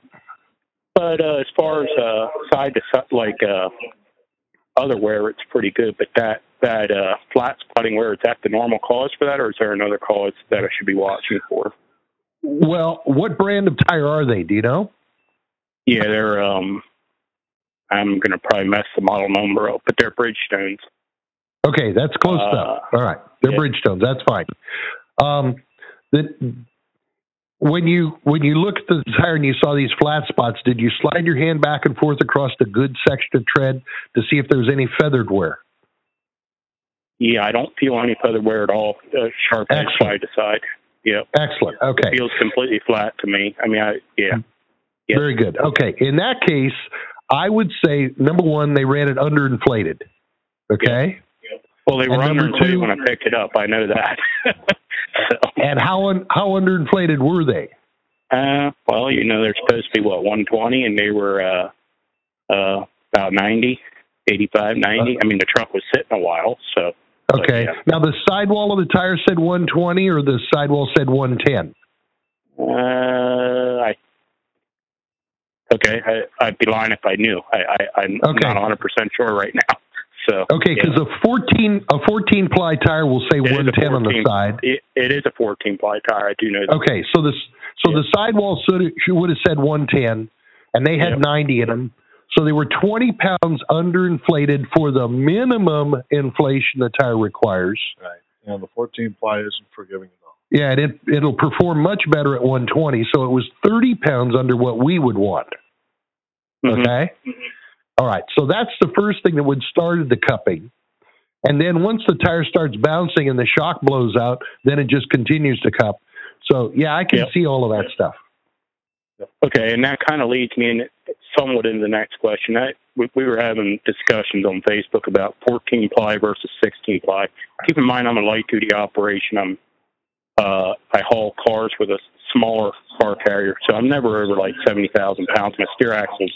But uh, as far as uh, side to side, like uh, other wear, it's pretty good. But that that uh, flat spotting wear, is that the normal cause for that, or is there another cause that I should be watching for? Well, what brand of tire are they? Do you know? Yeah, they're. Um, I'm gonna probably mess the model number up, but they're Bridgestones. Okay, that's close Uh, enough. All right, they're yeah. Bridgestones. That's fine. Um, the, when you when you looked at the tire and you saw these flat spots, did you slide your hand back and forth across the good section of tread to see if there was any feathered wear? Yeah, I don't feel any feather wear at all. Uh, sharp edge Excellent. side to side. Yep. Excellent. Okay, Feels completely flat to me. I mean, I yeah. yeah. very good. Okay, in that case, I would say number one, they ran it underinflated. Okay, Well, they were And number underinflated two- when I picked it up. I know that. [laughs] so, and how un, how underinflated were they? uh, well, you know, they're supposed to be what 120, and they were uh, uh, about 90, 85, 90. Uh-huh. I mean, the truck was sitting a while, so Okay, yeah. now the sidewall of the tire said 120, or the sidewall said 110. uh, I. Okay, I, I'd be lying if I knew. I, I, I'm Okay. not 100 percent sure right now. So Okay, yeah. because a fourteen a fourteen ply tire will say It is a one ten on the 14. side. It, it is a 14 ply tire. I do know that. Okay, so this so the sidewall should should- would have said one ten, and they had Yep. ninety in them, so they were twenty pounds underinflated for the minimum inflation the tire requires. Right. And the fourteen ply isn't forgiving at all. Yeah, and it it'll perform much better at one twenty. So it was thirty pounds under what we would want. Mhm. Okay. All right. So that's the first thing that would start the cupping. And then once the tire starts bouncing and the shock blows out, then it just continues to cup. So yeah, I can Yep. see all of that stuff. Okay, and that kind of leads me in somewhat into the next question. I, we, we were having discussions on Facebook about 14 ply versus 16 ply. Keep in mind, I'm a light duty operation. I'm uh, I haul cars with a smaller car carrier, so I'm never over like 70,000 pounds. My steer axles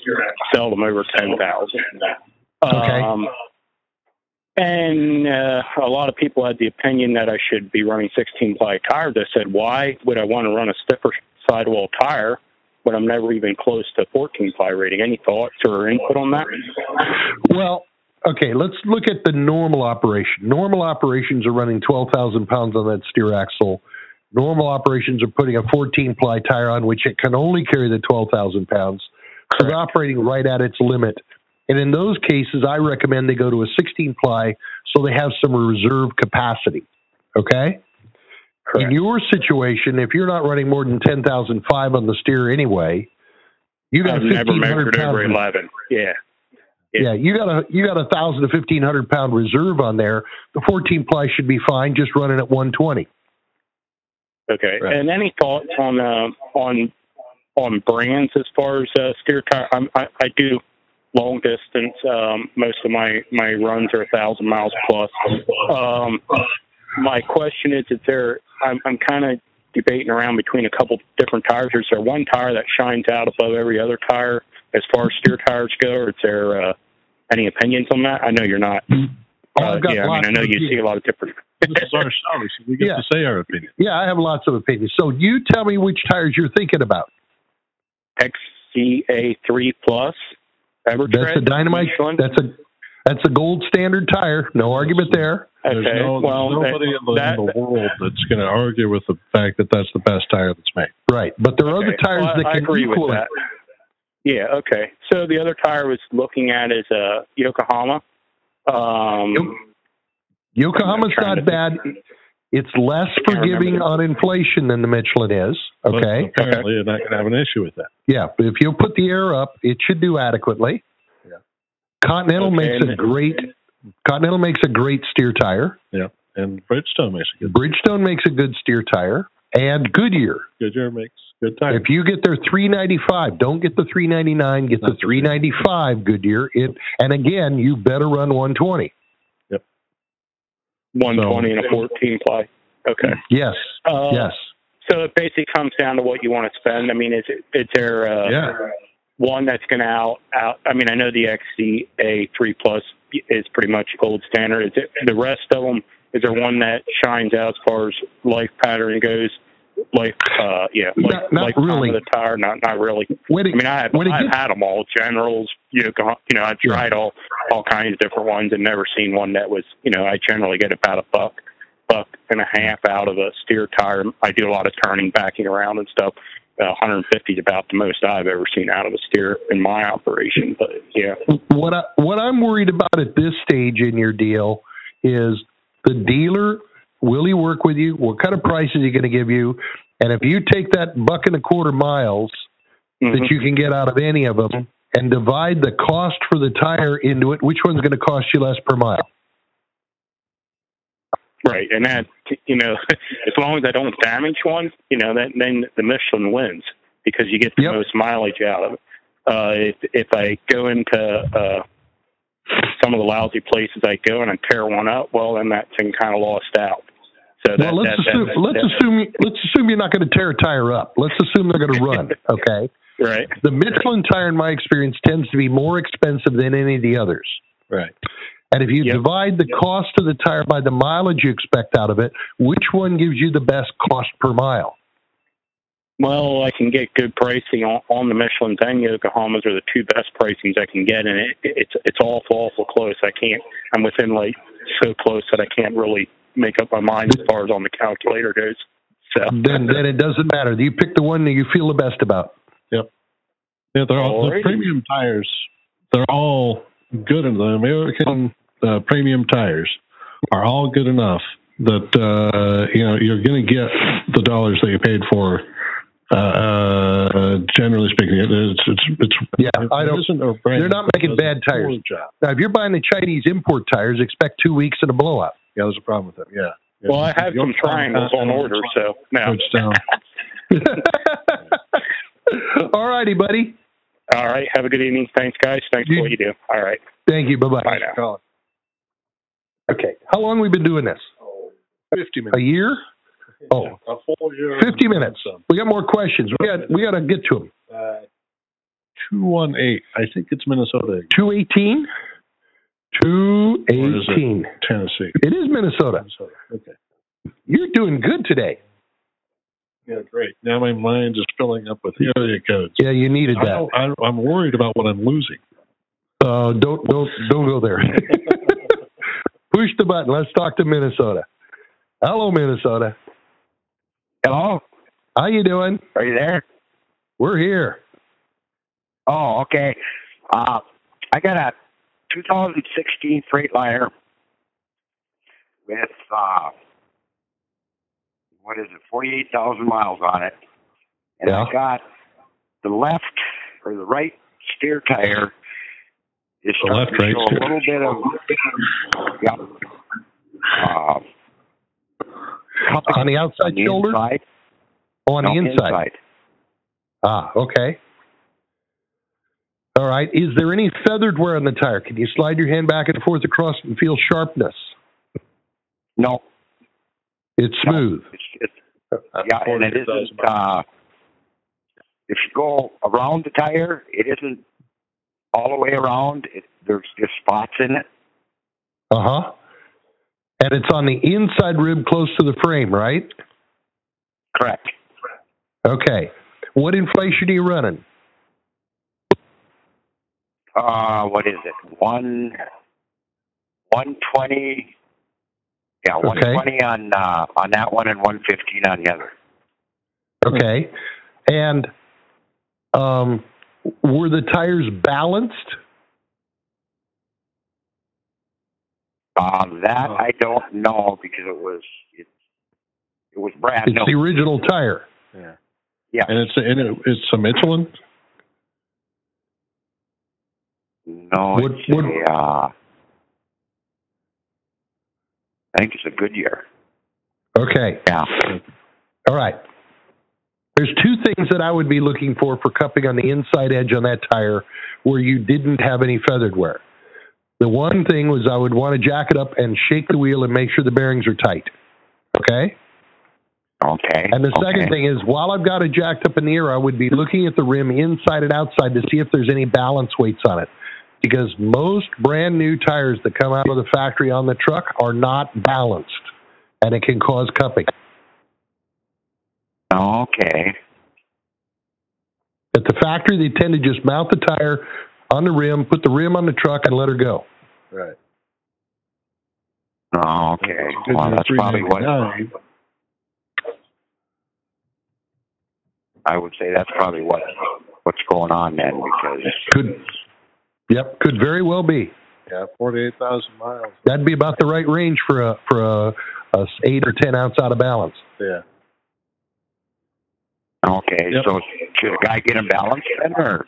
seldom over 10,000. Okay. Um, and uh, a lot of people had the opinion that I should be running 16 ply tires. I said, why would I want to run a stiffer sidewall tire when I'm never even close to 14 ply rating? Any thoughts or input on that? Well, okay, let's look at the normal operation. Normal operations are running 12,000 pounds on that steer axle. Normal operations are putting a 14 ply tire on, which it can only carry the 12,000 pounds. So they're operating right at its limit. And in those cases, I recommend they go to a 16 ply so they have some reserve capacity. Okay? In your situation, if you're not running more than 10,005 on the steer anyway, you got I've a never 1,500 measured over pound 11. Yeah. yeah, you got a you got a thousand to fifteen hundred pound reserve on there. The fourteen ply should be fine. Just running at one twenty. Okay. Right. And any thoughts on uh, on on brands as far as uh, steer tire? I'm, I, I do long distance. Um, most of my my runs are a thousand miles plus. Um, my question is, is there? I'm, I'm kind of debating around between a couple different tires. Is there one tire that shines out above every other tire as far as steer tires go, or is there uh, any opinions on that? I know you're not. Uh, Mm-hmm. I've got yeah, I mean, lots I know of you see a lot of different. This is our show, so we get Yeah. to say our opinion. Yeah, I have lots of opinions. So you tell me which tires you're thinking about. XCA three plus. Evertread. That's a dynamite. Michelin? That's a that's a gold standard tire. No argument there. okay. There's, no, there's well, that- nobody in, the, that, in the world that's going to argue with the fact that that's the best tire that's made. Right, but there are other okay. tires Well, I- that I can agree equal with that. Yeah. Okay. So the other tire I was looking at is uh, Yokohama. Um, Nope. it. Yokohama's I'm trying not to bad. It's less can't remember forgiving the- on inflation than the Michelin is. But Okay. apparently, you're not going to have an issue with that. Yeah, but if you put the air up, it should do adequately. Continental Okay, makes and a it- great Continental makes a great steer tire. And Bridgestone makes a good Bridgestone makes a good steer tire, and Goodyear. Goodyear makes good tires. If you get their 395, don't get the 399, get the That's 395 Goodyear. It and again, you better run 120. 120 and a 14 ply. Okay. Yes, Uh, yes. So it basically comes down to what you want to spend. I mean, is it is there uh, Yeah. one that's going to out out? I mean, I know the XDA three plus is pretty much gold standard. Is it the rest of them? Is there one that shines out as far as life pattern goes? Like, uh, yeah, Not- like, not like time really. of the tire, not not really. When I mean, I have, When it I've gets- had them all, generals. You know, go- you know, I've Yeah. tried all all kinds of different ones and never seen one that was. You know, I generally get about a buck, buck and a half out of a steer tire. I do a lot of turning, backing around, and stuff. Uh, 150 is about the most I've ever seen out of a steer in my operation. But yeah, what I, what I'm worried about at this stage in your deal is the dealer will he work with you? What kind of price is he going to give you? And if you take that buck and a quarter miles that Mhm. you can get out of any of them and divide the cost for the tire into it, which one's going to cost you less per mile? right. And that you know, [laughs] as long as I don't damage one, you know, that then the Michelin wins because you get the Yep. most mileage out of it. Uh, if if I go into uh, some of the lousy places I go and I tear one up, well, then that thing kind of lost out. So that, well, let's that, that- assume that- let's that- assume you- let's assume you're not going to tear a tire up. Let's assume they're going to [laughs] run. Okay, right. the Michelin tire, in my experience, tends to be more expensive than any of the others. Right. And if you Yep. divide the cost of the tire by the mileage you expect out of it, which one gives you the best cost per mile? Well, I can get good pricing on, on the Michelin and Yokohamas are the two best pricings I can get, and it, it's it's awful, awful close. I can't. I'm within like so close that I can't really make up my mind as far as on the calculator goes. So Then, then it doesn't matter. You pick the one that you feel the best about. Yeah, they're all, the Alrighty. premium tires. They're all good. en- The American uh, premium tires are all good enough that uh, you know you're going to get the dollars that you paid for. Uh, uh, generally speaking, it is, it's it's Yeah, it I don't- isn't a brand they're not that making does a bad poor tires. job. Now, if you're buying the Chinese import tires, expect two weeks and a blowout. Yeah, there's a problem with that. Yeah. Yeah. well, I have Your some triangles on order, so now Bridgestone. All righty, buddy. all right. Have a good evening. Thanks, guys. Thanks You- for what you do. All right. Thank you. Bye bye. Bye now. Okay. How long we been doing this? 50 A minutes. year? Oh, A full year. 50 minutes. We got more questions. We got we got to get to them. 218. I think it's Minnesota, 218? 218. Tennessee. It is Minnesota. Minnesota. Okay. You're doing good today. Yeah, great. Now my mind is filling up with area codes. Yeah, you needed I that. don't, I, I'm worried about what I'm losing. Uh, don't don't don't go [laughs] there. Push the button. Let's talk to Minnesota. Hello, Minnesota. Hello? How you doing? Are you there? We're here. Oh, okay. Uh, I got a 2016 Freightliner with uh, what is it, 48,000 miles on it, and Yeah. I got the left or the right steer tire is The starting left, right to show steer. a little bit of yeah, uh, cupping On the outside on the shoulder. inside. on the inside. Ah, okay. All right. Is there any feathered wear on the tire? Can you slide your hand back and forth across and feel sharpness? No. It's smooth. Yeah, and it isn't. Uh, if you go around the tire, it isn't all the way around. It, there's just spots in it. Uh huh. And it's on the inside rib close to the frame, right? Correct. Okay. What inflation are you running? Uh, what is it? One, one twenty. Yeah, Okay. one twenty on uh, on that one, and one fifteen on the other. Okay. And um, were the tires balanced? Uh, that Oh. I don't know because it was it, it was brand It's new. the original tire. And it's and it, it's a Michelin. No, What- it's what- a, uh, I think it's a good year. Okay. Yeah. All right. There's two things that I would be looking for for cupping on the inside edge on that tire where you didn't have any feathered wear. The one thing was I would want to jack it up and shake the wheel and make sure the bearings are tight. Okay? Okay. And the okay. second thing is, while I've got it jacked up in the air, I would be looking at the rim inside and outside to see if there's any balance weights on it. Because most brand new tires that come out of the factory on the truck are not balanced, and it can cause cupping. Okay. At the factory, they tend to just mount the tire on the rim, put the rim on the truck, and let her go. Oh, Okay. Well, that's probably what I would say. That's probably what what's going on then, because Could, yep, could very well be. Yeah, forty-eight thousand miles. That'd be about the right range for a for a, a eight or ten ounce out of balance. Yeah. okay, Yep. so should a guy get him balanced then, or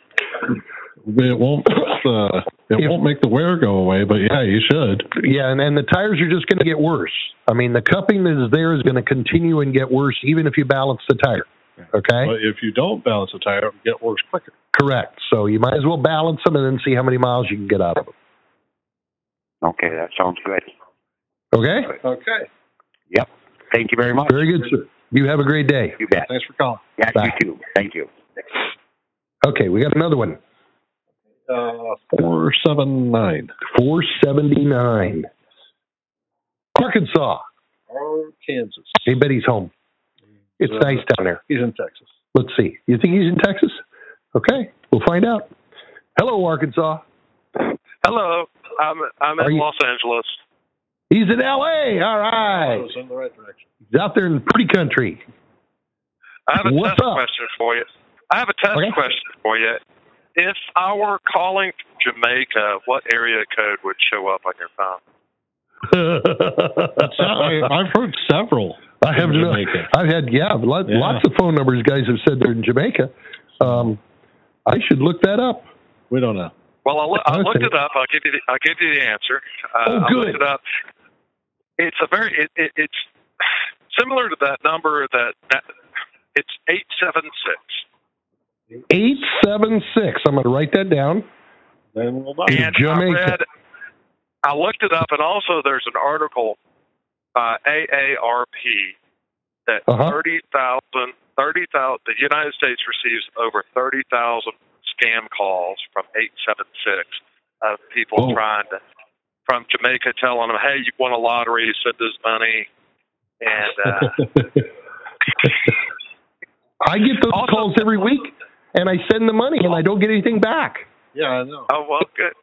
It won't [coughs] uh, it If- won't make the wear go away, but yeah, you should. Yeah, and, and the tires are just going to get worse. I mean, the cupping that is there is going to continue and get worse, even if you balance the tire. Okay, But if you don't balance the tire, it'll get worse quicker. correct. So you might as well balance them and then see how many miles you can get out of them. okay, that sounds good. Okay, Okay. Yep. Thank you very much. very good, sir. You have a great day. You bet. Thanks for calling. Yeah, Bye. you too. Thank you. Okay, we got another one. Uh, Four seven nine. 479. Arkansas. or Kansas. Anybody's home. It's Yeah. nice down there. He's in Texas. Let's see. You think he's in Texas? Okay, we'll find out. Hello, Arkansas. Hello, I'm I'm Are in you- Los Angeles. He's in LA. All right. was in the right direction. He's out there in pretty country. I have a What's test up? question for you. I have a test Okay. question for you. If I were calling from Jamaica, what area code would show up on your phone? So, I, I've heard several. I have in no, Jamaica. I've had yeah, lot, Yeah. lots of phone numbers guys have said they're in Jamaica. Um, I should look that up. We don't know. Well, I, loo- I Okay. looked it up. I'll give you the I'll give you the answer. Uh, Oh, I good. looked it up. It's a very it, it, it's similar to that number that that it's eight seven six. Eight seven six. I'm going to write that down. Then we'll know. Is And Jamaica. I read, I looked it up, and also there's an article uh, by AARP that Uh-huh. thirty thousand, thirty thousand. the United States receives over 30,000 scam calls from 876 of people Oh. Whoa. trying to, from Jamaica telling them, hey, you won a lottery, send this money. And uh, I get those Also- calls every week, and I send the money, and I don't get anything back. Yeah, I know. Oh well, good.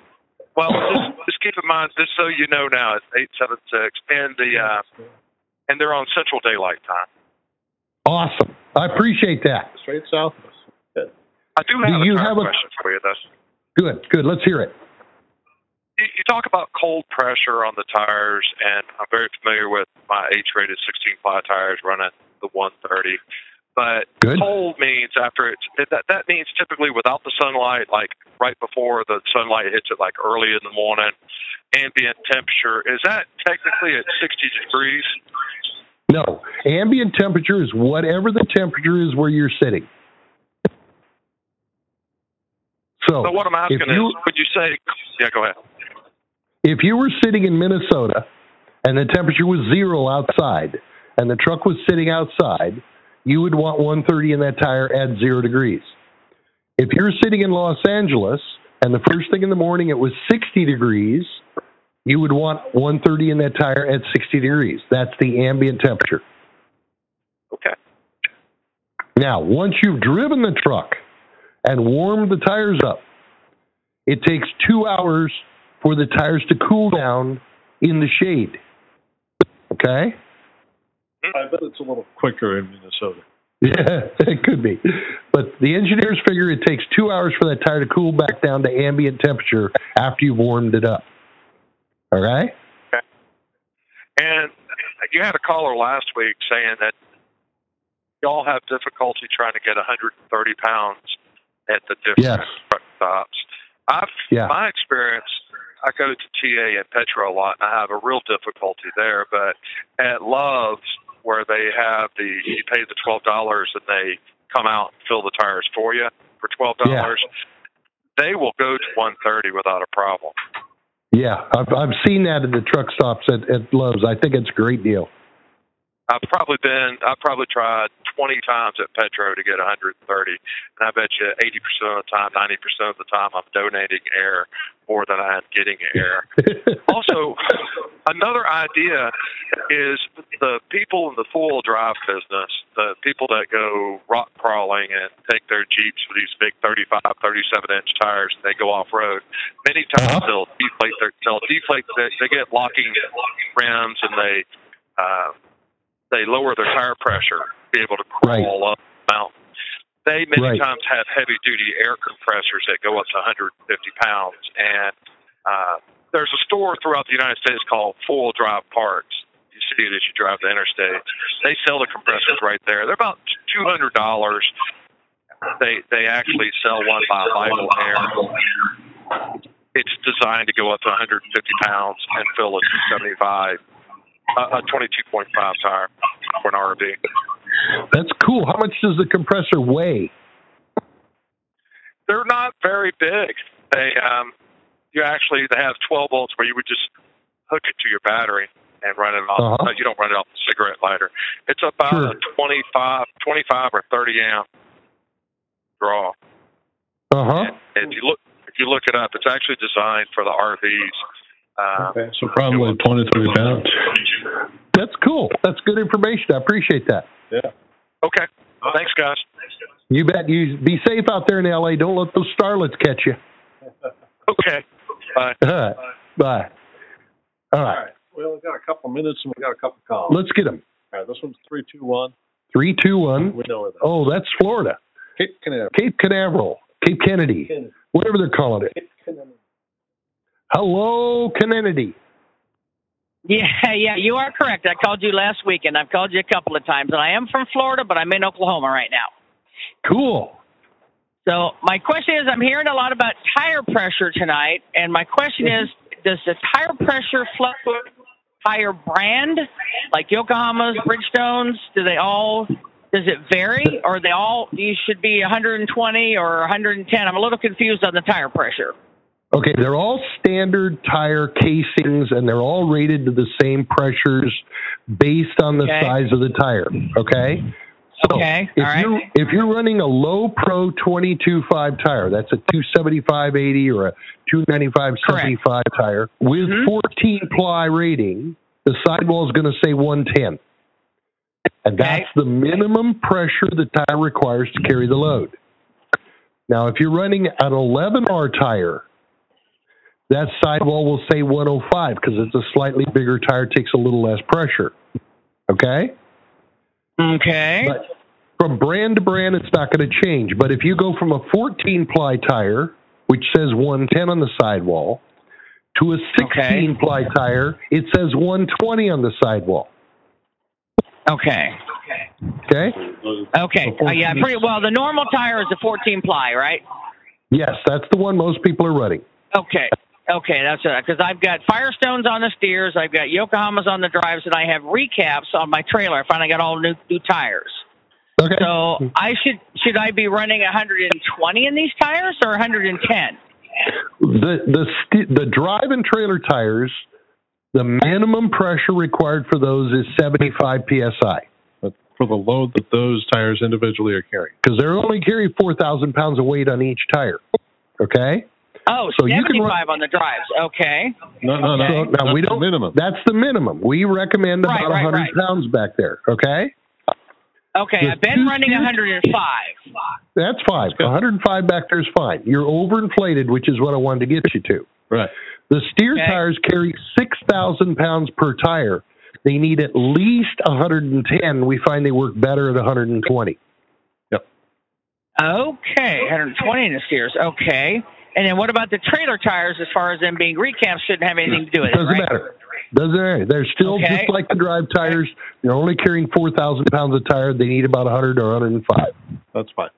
Well, just, just keep in mind, just so you know now, it's eight seven six, and the uh, and they're on Central Daylight Time. Awesome. I appreciate that. Straight south of us. I do Do have a you tire have a- question for you, though. Good, good. Let's hear it. You, you talk about cold pressure on the tires, and I'm very familiar with my H-rated 16 ply tires running the 130. But Good. cold means after it's it- that that means typically without the sunlight, like right before the sunlight hits it, like early in the morning. Ambient temperature is that technically at 60 degrees? No, ambient temperature is whatever the temperature is where you're sitting. So, So what I'm asking if you, is, would you say? Yeah, go ahead. if you were sitting in Minnesota and the temperature was zero outside and the truck was sitting outside, you would want 130 in that tire at zero degrees. If you're sitting in Los Angeles and the first thing in the morning it was 60 degrees, you would want 130 in that tire at 60 degrees. That's the ambient temperature. Okay. Now, once you've driven the truck and warmed the tires up, it takes two hours for the tires to cool down in the shade. Okay? [laughs] I bet it's a little quicker in Minnesota. Yeah, it could be. But the engineers figure it takes two hours for that tire to cool back down to ambient temperature after you've warmed it up. All right? And you had a caller last week saying that y'all have difficulty trying to get 130 pounds at the different truck stops. I've Yeah. my experience. I go to TA and Petro a lot, and I have a real difficulty there. But at Love's, where they have the you pay the twelve dollars and they come out and fill the tires for you for twelve dollars, they will go to 130 without a problem. Yeah, I've, I've seen that at the truck stops at, at Love's. I think it's a great deal. I've probably been, I've probably tried 20 times at Petro to get 130, and I bet you 80% of the time, 90% of the time, I'm donating air more than I'm getting air. also, [laughs] another idea is the people in the four-wheel drive business, the people that go rock crawling and take their Jeeps with these big 35, 37-inch tires, and they go off-road. Many times they'll deflate their, they'll deflate, they, they get locking rims, and they, uh, they lower their tire pressure to be able to crawl up the mountain. They many Right. times have heavy duty air compressors that go up to 150 pounds. And uh, there's a store throughout the United States called Full Drive Parts. You see it as you drive the interstate. They sell the compressors right there. They're about $200. They they actually sell one by Vital Air it's designed to go up to 150 pounds and fill a 275, uh, a 22.5 tire for an RV. That's cool. How much does the compressor weigh? They're not very big. They um, you actually they have 12 volts where you would just hook it to your battery and run it off. Uh-huh. uh, You don't run it off the cigarette lighter. It's about a 25, 25 or 30 amp draw. Uh Uh-huh. huh. And if you look if you look it up, it's actually designed for the RVs. Um, So probably 20, 30 pounds. That's cool. That's good information. I appreciate that. Yeah. Okay. Thanks, guys. You bet. You be safe out there in L.A. Don't let those starlets catch you. Okay. Bye. All right. Bye. All All right. right. We only got a couple minutes and we got a couple calls. Let's get them. All right. This one's three, two, one. Three, two, one. We know where that. Oh, that's Florida. Cape Canaveral. Cape Canaveral. Cape Kennedy. Whatever they're calling it. Hello, Kennedy. Yeah, [laughs] yeah, you are correct. I called you last week, and I've called you a couple of times. And I am from Florida, but I'm in Oklahoma right now. Cool. So my question is, I'm hearing a lot about tire pressure tonight, and my question is, does the tire pressure fluctuate with tire brand, like Yokohama's, Bridgestones? Do they all? Does it vary, or they all? You should be 120 or 110. I'm a little confused on the tire pressure. Okay, they're all standard tire casings and they're all rated to the same pressures based on the Okay. size of the tire. Okay. So Okay, if all right. you're if you're running a low pro 22.5 tire, that's a 275.80 or a 295.75 tire with Mm-hmm. 14 ply rating, the sidewall is going to say 110. And that's the minimum pressure the tire requires to carry the load. Now, if you're running an 11R tire, that sidewall will say 105 because it's a slightly bigger tire, takes a little less pressure. Okay? Okay. But from brand to brand, it's not going to change. But if you go from a 14 ply tire, which says 110 on the sidewall, to a 16 ply tire, it says 120 on the sidewall. Okay. Okay? Okay. Uh, yeah, pretty well. The normal tire is a 14 ply, right? Yes, that's the one most people are running. Okay. Okay, that's it. Because I've got Firestones on the steers, I've got Yokohamas on the drives, and I have recaps on my trailer. I finally got all new new tires. Okay. So I should should I be running 120 in these tires or 110? The the st- the drive and trailer tires, the minimum pressure required for those is 75 psi. for the load that those tires individually are carrying. because they're only carry 4,000 pounds of weight on each tire. Okay? Oh, So you can 75 on the drives. Okay. No, no, no. So, now, That's we the don't, minimum. That's the minimum. We recommend about Right, right, 100 right. pounds back there. Okay? Okay, I've been running 105. That's fine. 105 back there is fine. You're overinflated, which is what I wanted to get you to. Right. The steer tires carry 6,000 pounds per tire. They need at least 110. We find they work better at 120. Okay, 120 in the steers. Okay. And then what about the trailer tires as far as them being recaps shouldn't have anything to do with it, Doesn't right? matter. Doesn't matter. They're still Okay. just like the drive tires. They're only carrying 4,000 pounds of tire. They need about 100 or 105. That's fine.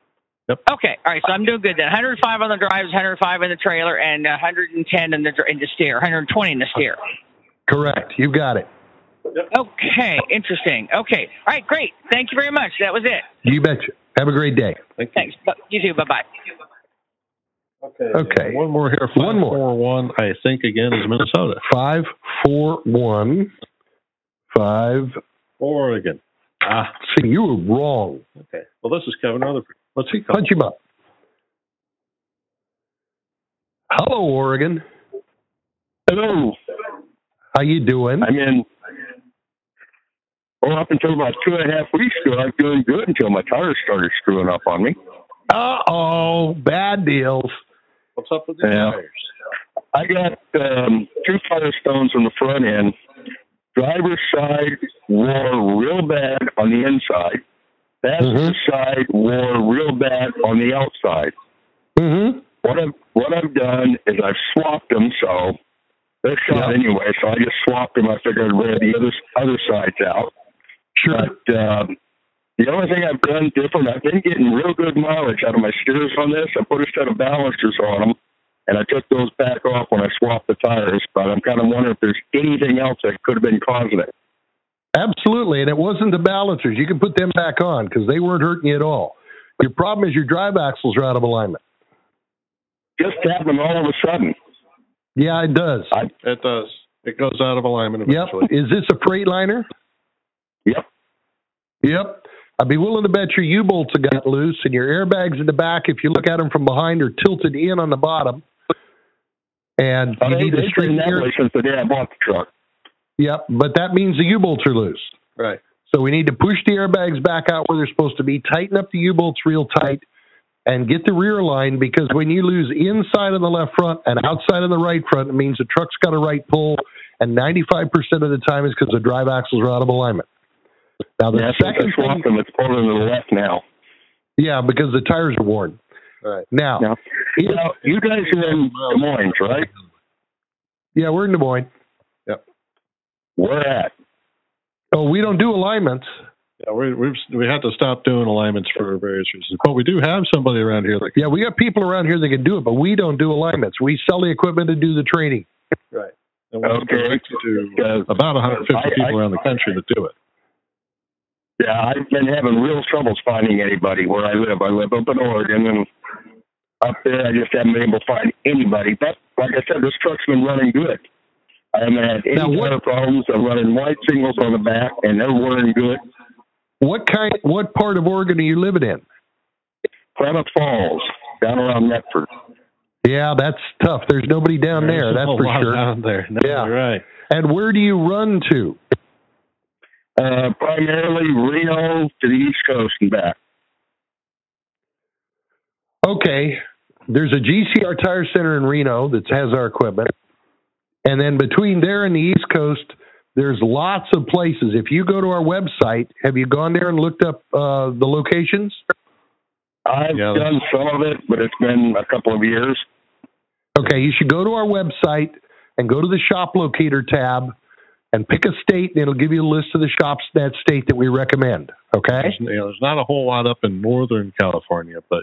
Okay, all right, so I'm doing good then. 105 on the drives, 105 in the trailer, and 110 in the dr- in the steer, 120 in the steer. Correct. You got it. Okay, interesting. Okay, all right, great. Thank you very much. That was it. You betcha. Have a great day. Thanks. Bu- You too. Bye bye. Okay. Okay. One more here. Five, one more. Four, one, I think, again, is Minnesota. Five, four, one, five. Oregon. Ah. See, you rule. Wrong. Okay. Well, this is Kevin Rutherford. What's he called? Punch him up. Hello, Oregon. Hello. How you doing? I'm in. Well, up until about two and a half weeks ago, I was doing good until my tires started screwing up on me. Uh oh, bad deals. What's up with the yeah. I got um, two Firestones on the front end. Driver's side wore real bad on the inside. Passenger side wore real bad on the outside. Mm-hmm. What I've what I've done is I've swapped them so they're shot anyway. So I just swapped them. I figured I'd wear the other other sides out. Sure. But um, the only thing I've done different, I've been getting real good mileage out of my steers on this. I put a set of balancers on them, and I took those back off when I swapped the tires. But I'm kind of wondering if there's anything else that could have been causing it. Absolutely, and it wasn't the balancers. You can put them back on because they weren't hurting you at all. Your problem is your drive axles are out of alignment. Just happened all of a sudden. Yeah, it does. It does. It goes out of alignment Yep. eventually. Is this a Freightliner? Yep. Yep. I'd be willing to bet your U bolts have got loose and your airbags in the back, if you look at them from behind, are tilted in on the bottom. And I you mean, need to it's been straighten that your. way since the day I bought the truck. Yep. But that means the U bolts are loose. Right. So we need to push the airbags back out where they're supposed to be, tighten up the U bolts real tight, and get the rear line because when you lose inside on the left front and outside on the right front, it means the truck's got a right pull, and 95% of the time is because the drive axles are out of alignment. Now, the Yeah, since second I swapped thing, them, it's pulling to the left now. yeah, because the tires are worn. Right. Now, Now, now, you guys are in Des Moines, right? yeah, we're in Des Moines. Yep. Where at? Oh, we don't do alignments. Yeah, we, we've we had to stop doing alignments for various reasons, but we do have somebody around here that Yeah, we got people around here that can do it, but we don't do alignments. We sell the equipment and do the training. right. Okay. to uh, about 150 I- I- people around the country that do it. Yeah, I've been having real troubles finding anybody where I live. I live up in Oregon, and up there I just haven't been able to find anybody. But like I said, this truck's been running good. I haven't had any kind of problems. I'm running wide singles on the back, and they're running good. What kind? What part of Oregon are you living in? Klamath Falls, down around Metford. Yeah, that's tough. There's nobody down there. There's That's a for lot sure. down there. yeah, right. And where do you run to? Uh, primarily Reno to the East Coast and back. Okay, there's a GCR Tire Center in Reno that has our equipment, and then between there and the East Coast, there's lots of places. If you go to our website, have you gone there and looked up uh, the locations? I've done some of it, but it's been a couple of years. Okay, you should go to our website and go to the shop locator tab and pick a state, and it'll give you a list of the shops in that state that we recommend. Okay. There's, you know, there's not a whole lot up in Northern California, but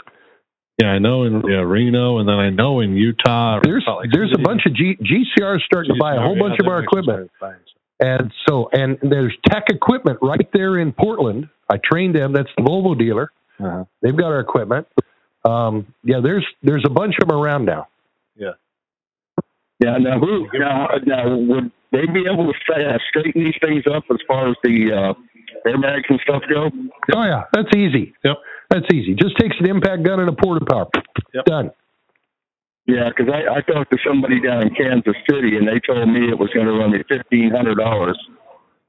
Yeah, I know in yeah, Reno, and then I know in Utah. There's there's a bunch of G, GCRs starting to buy a whole yeah, bunch of they're our making equipment, and so and there's Tech Equipment right there in Portland. I trained them. That's the Volvo dealer. Uh-huh. They've got our equipment. Um, yeah, there's there's a bunch of them around now. Yeah. Yeah. Now, who? Now, now, would they be able to say, uh, straighten these things up as far as the uh, airbags and stuff go? Oh yeah, that's easy. Yep, that's easy. Just takes an impact gun and a porta power. Done. Yeah, because I, I talked to somebody down in Kansas City, and they told me it was going to run me fifteen hundred dollars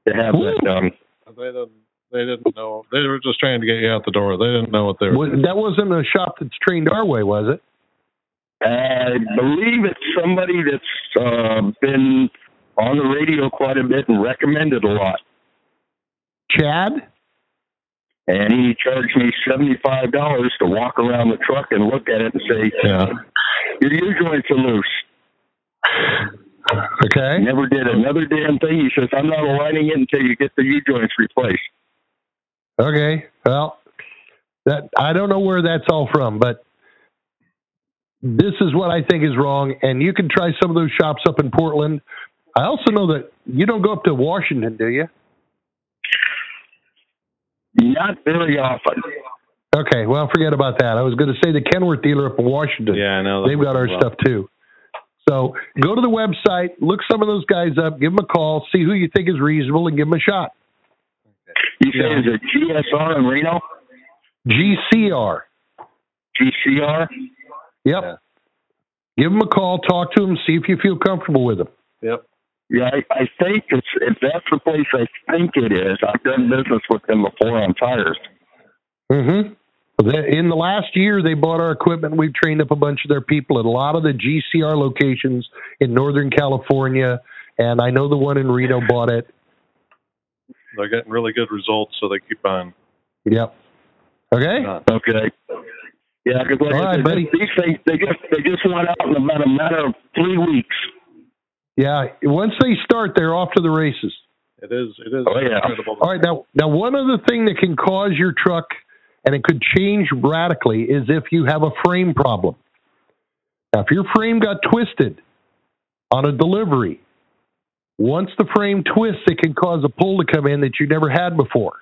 to have that done. They didn't. They didn't know. They were just trying to get you out the door. They didn't know what they were. Was- That wasn't a shop that's trained our way, was it? I believe it's somebody that's uh, been on the radio quite a bit and recommended a lot. Chad? And he charged me seventy-five dollars to walk around the truck and look at it and say, "Your U joints are loose." Okay. Never did another damn thing. He says, "I'm not aligning it until you get the U joints replaced." Okay. Well, that I don't know where that's all from, but this is what I think is wrong. And you can try some of those shops up in Portland. I also know that you don't go up to Washington, do you? Not very often. Okay. Well, forget about that. I was going to say the Kenworth dealer up in Washington. Yeah, I know. They've got our stuff too. So go to the website, look some of those guys up, give them a call, see who you think is reasonable, and give them a shot. You say is it GSR in Reno? GCR. GCR? Yep. Give them a call, talk to them, see if you feel comfortable with them. Yep. Yeah, I, I think it's if that's the place I think it is. I've done business with them before on tires. Mm-hmm. In the last year, they bought our equipment. We've trained up a bunch of their people at a lot of the GCR locations in Northern California, and I know the one in Reno bought it. They're getting really good results, so they keep on. Yep. Okay. Okay. Yeah, because like All I right, said, buddy. these things they just they just went out in about a matter of three weeks. Yeah. Once they start, they're off to the races. It is. It is. Oh, yeah. incredible. All right. Now, now one other thing that can cause your truck, and it could change radically, is if you have a frame problem. Now, if your frame got twisted on a delivery, once the frame twists, it can cause a pull to come in that you never had before.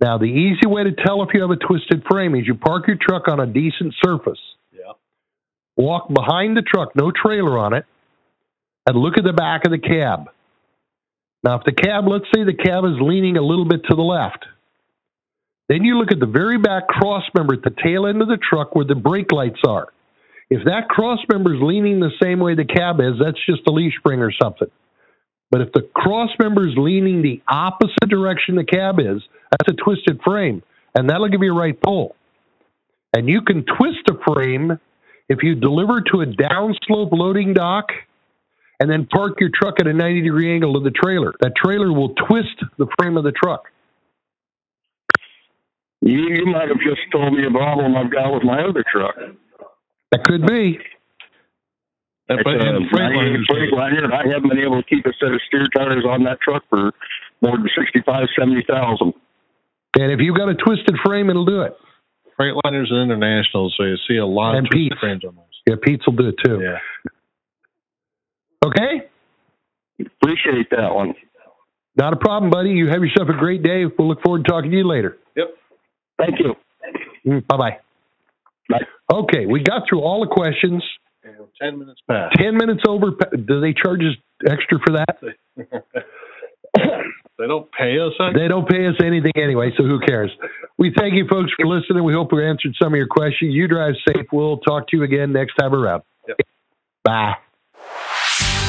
Now, the easy way to tell if you have a twisted frame is you park your truck on a decent surface. Yeah. Walk behind the truck, no trailer on it, and look at the back of the cab. Now, if the cab, let's say the cab is leaning a little bit to the left, then you look at the very back cross member at the tail end of the truck where the brake lights are. If that cross member is leaning the same way the cab is, that's just a leaf spring or something. But if the cross member is leaning the opposite direction the cab is, that's a twisted frame, and that'll give you a right pull. And you can twist a frame if you deliver to a downslope loading dock and then park your truck at a 90 degree angle to the trailer. That trailer will twist the frame of the truck. You, you might have just told me a problem I've got with my other truck. That could be. It's uh, but- a and Freightliner- 98 Freightliner, and I haven't been able to keep a set of steer tires on that truck for more than sixty-five, seventy thousand. And if you've got a twisted frame, it'll do it. Freightliners and internationals, so you see a lot And of twisted Pete's. frames on those. Yeah, Pete's will do it too. Yeah. Okay? Appreciate that one. Not a problem, buddy. You have yourself a great day. We'll look forward to talking to you later. Yep. Thank you. Bye bye. Okay, we got through all the questions. Ten minutes [laughs] past. 10 minutes over. Do they charge us extra for that? They don't pay us. huh? They don't pay us anything anyway, so who cares? We thank you folks for listening. We hope we answered some of your questions. You drive safe. We'll talk to you again next time around. Bye.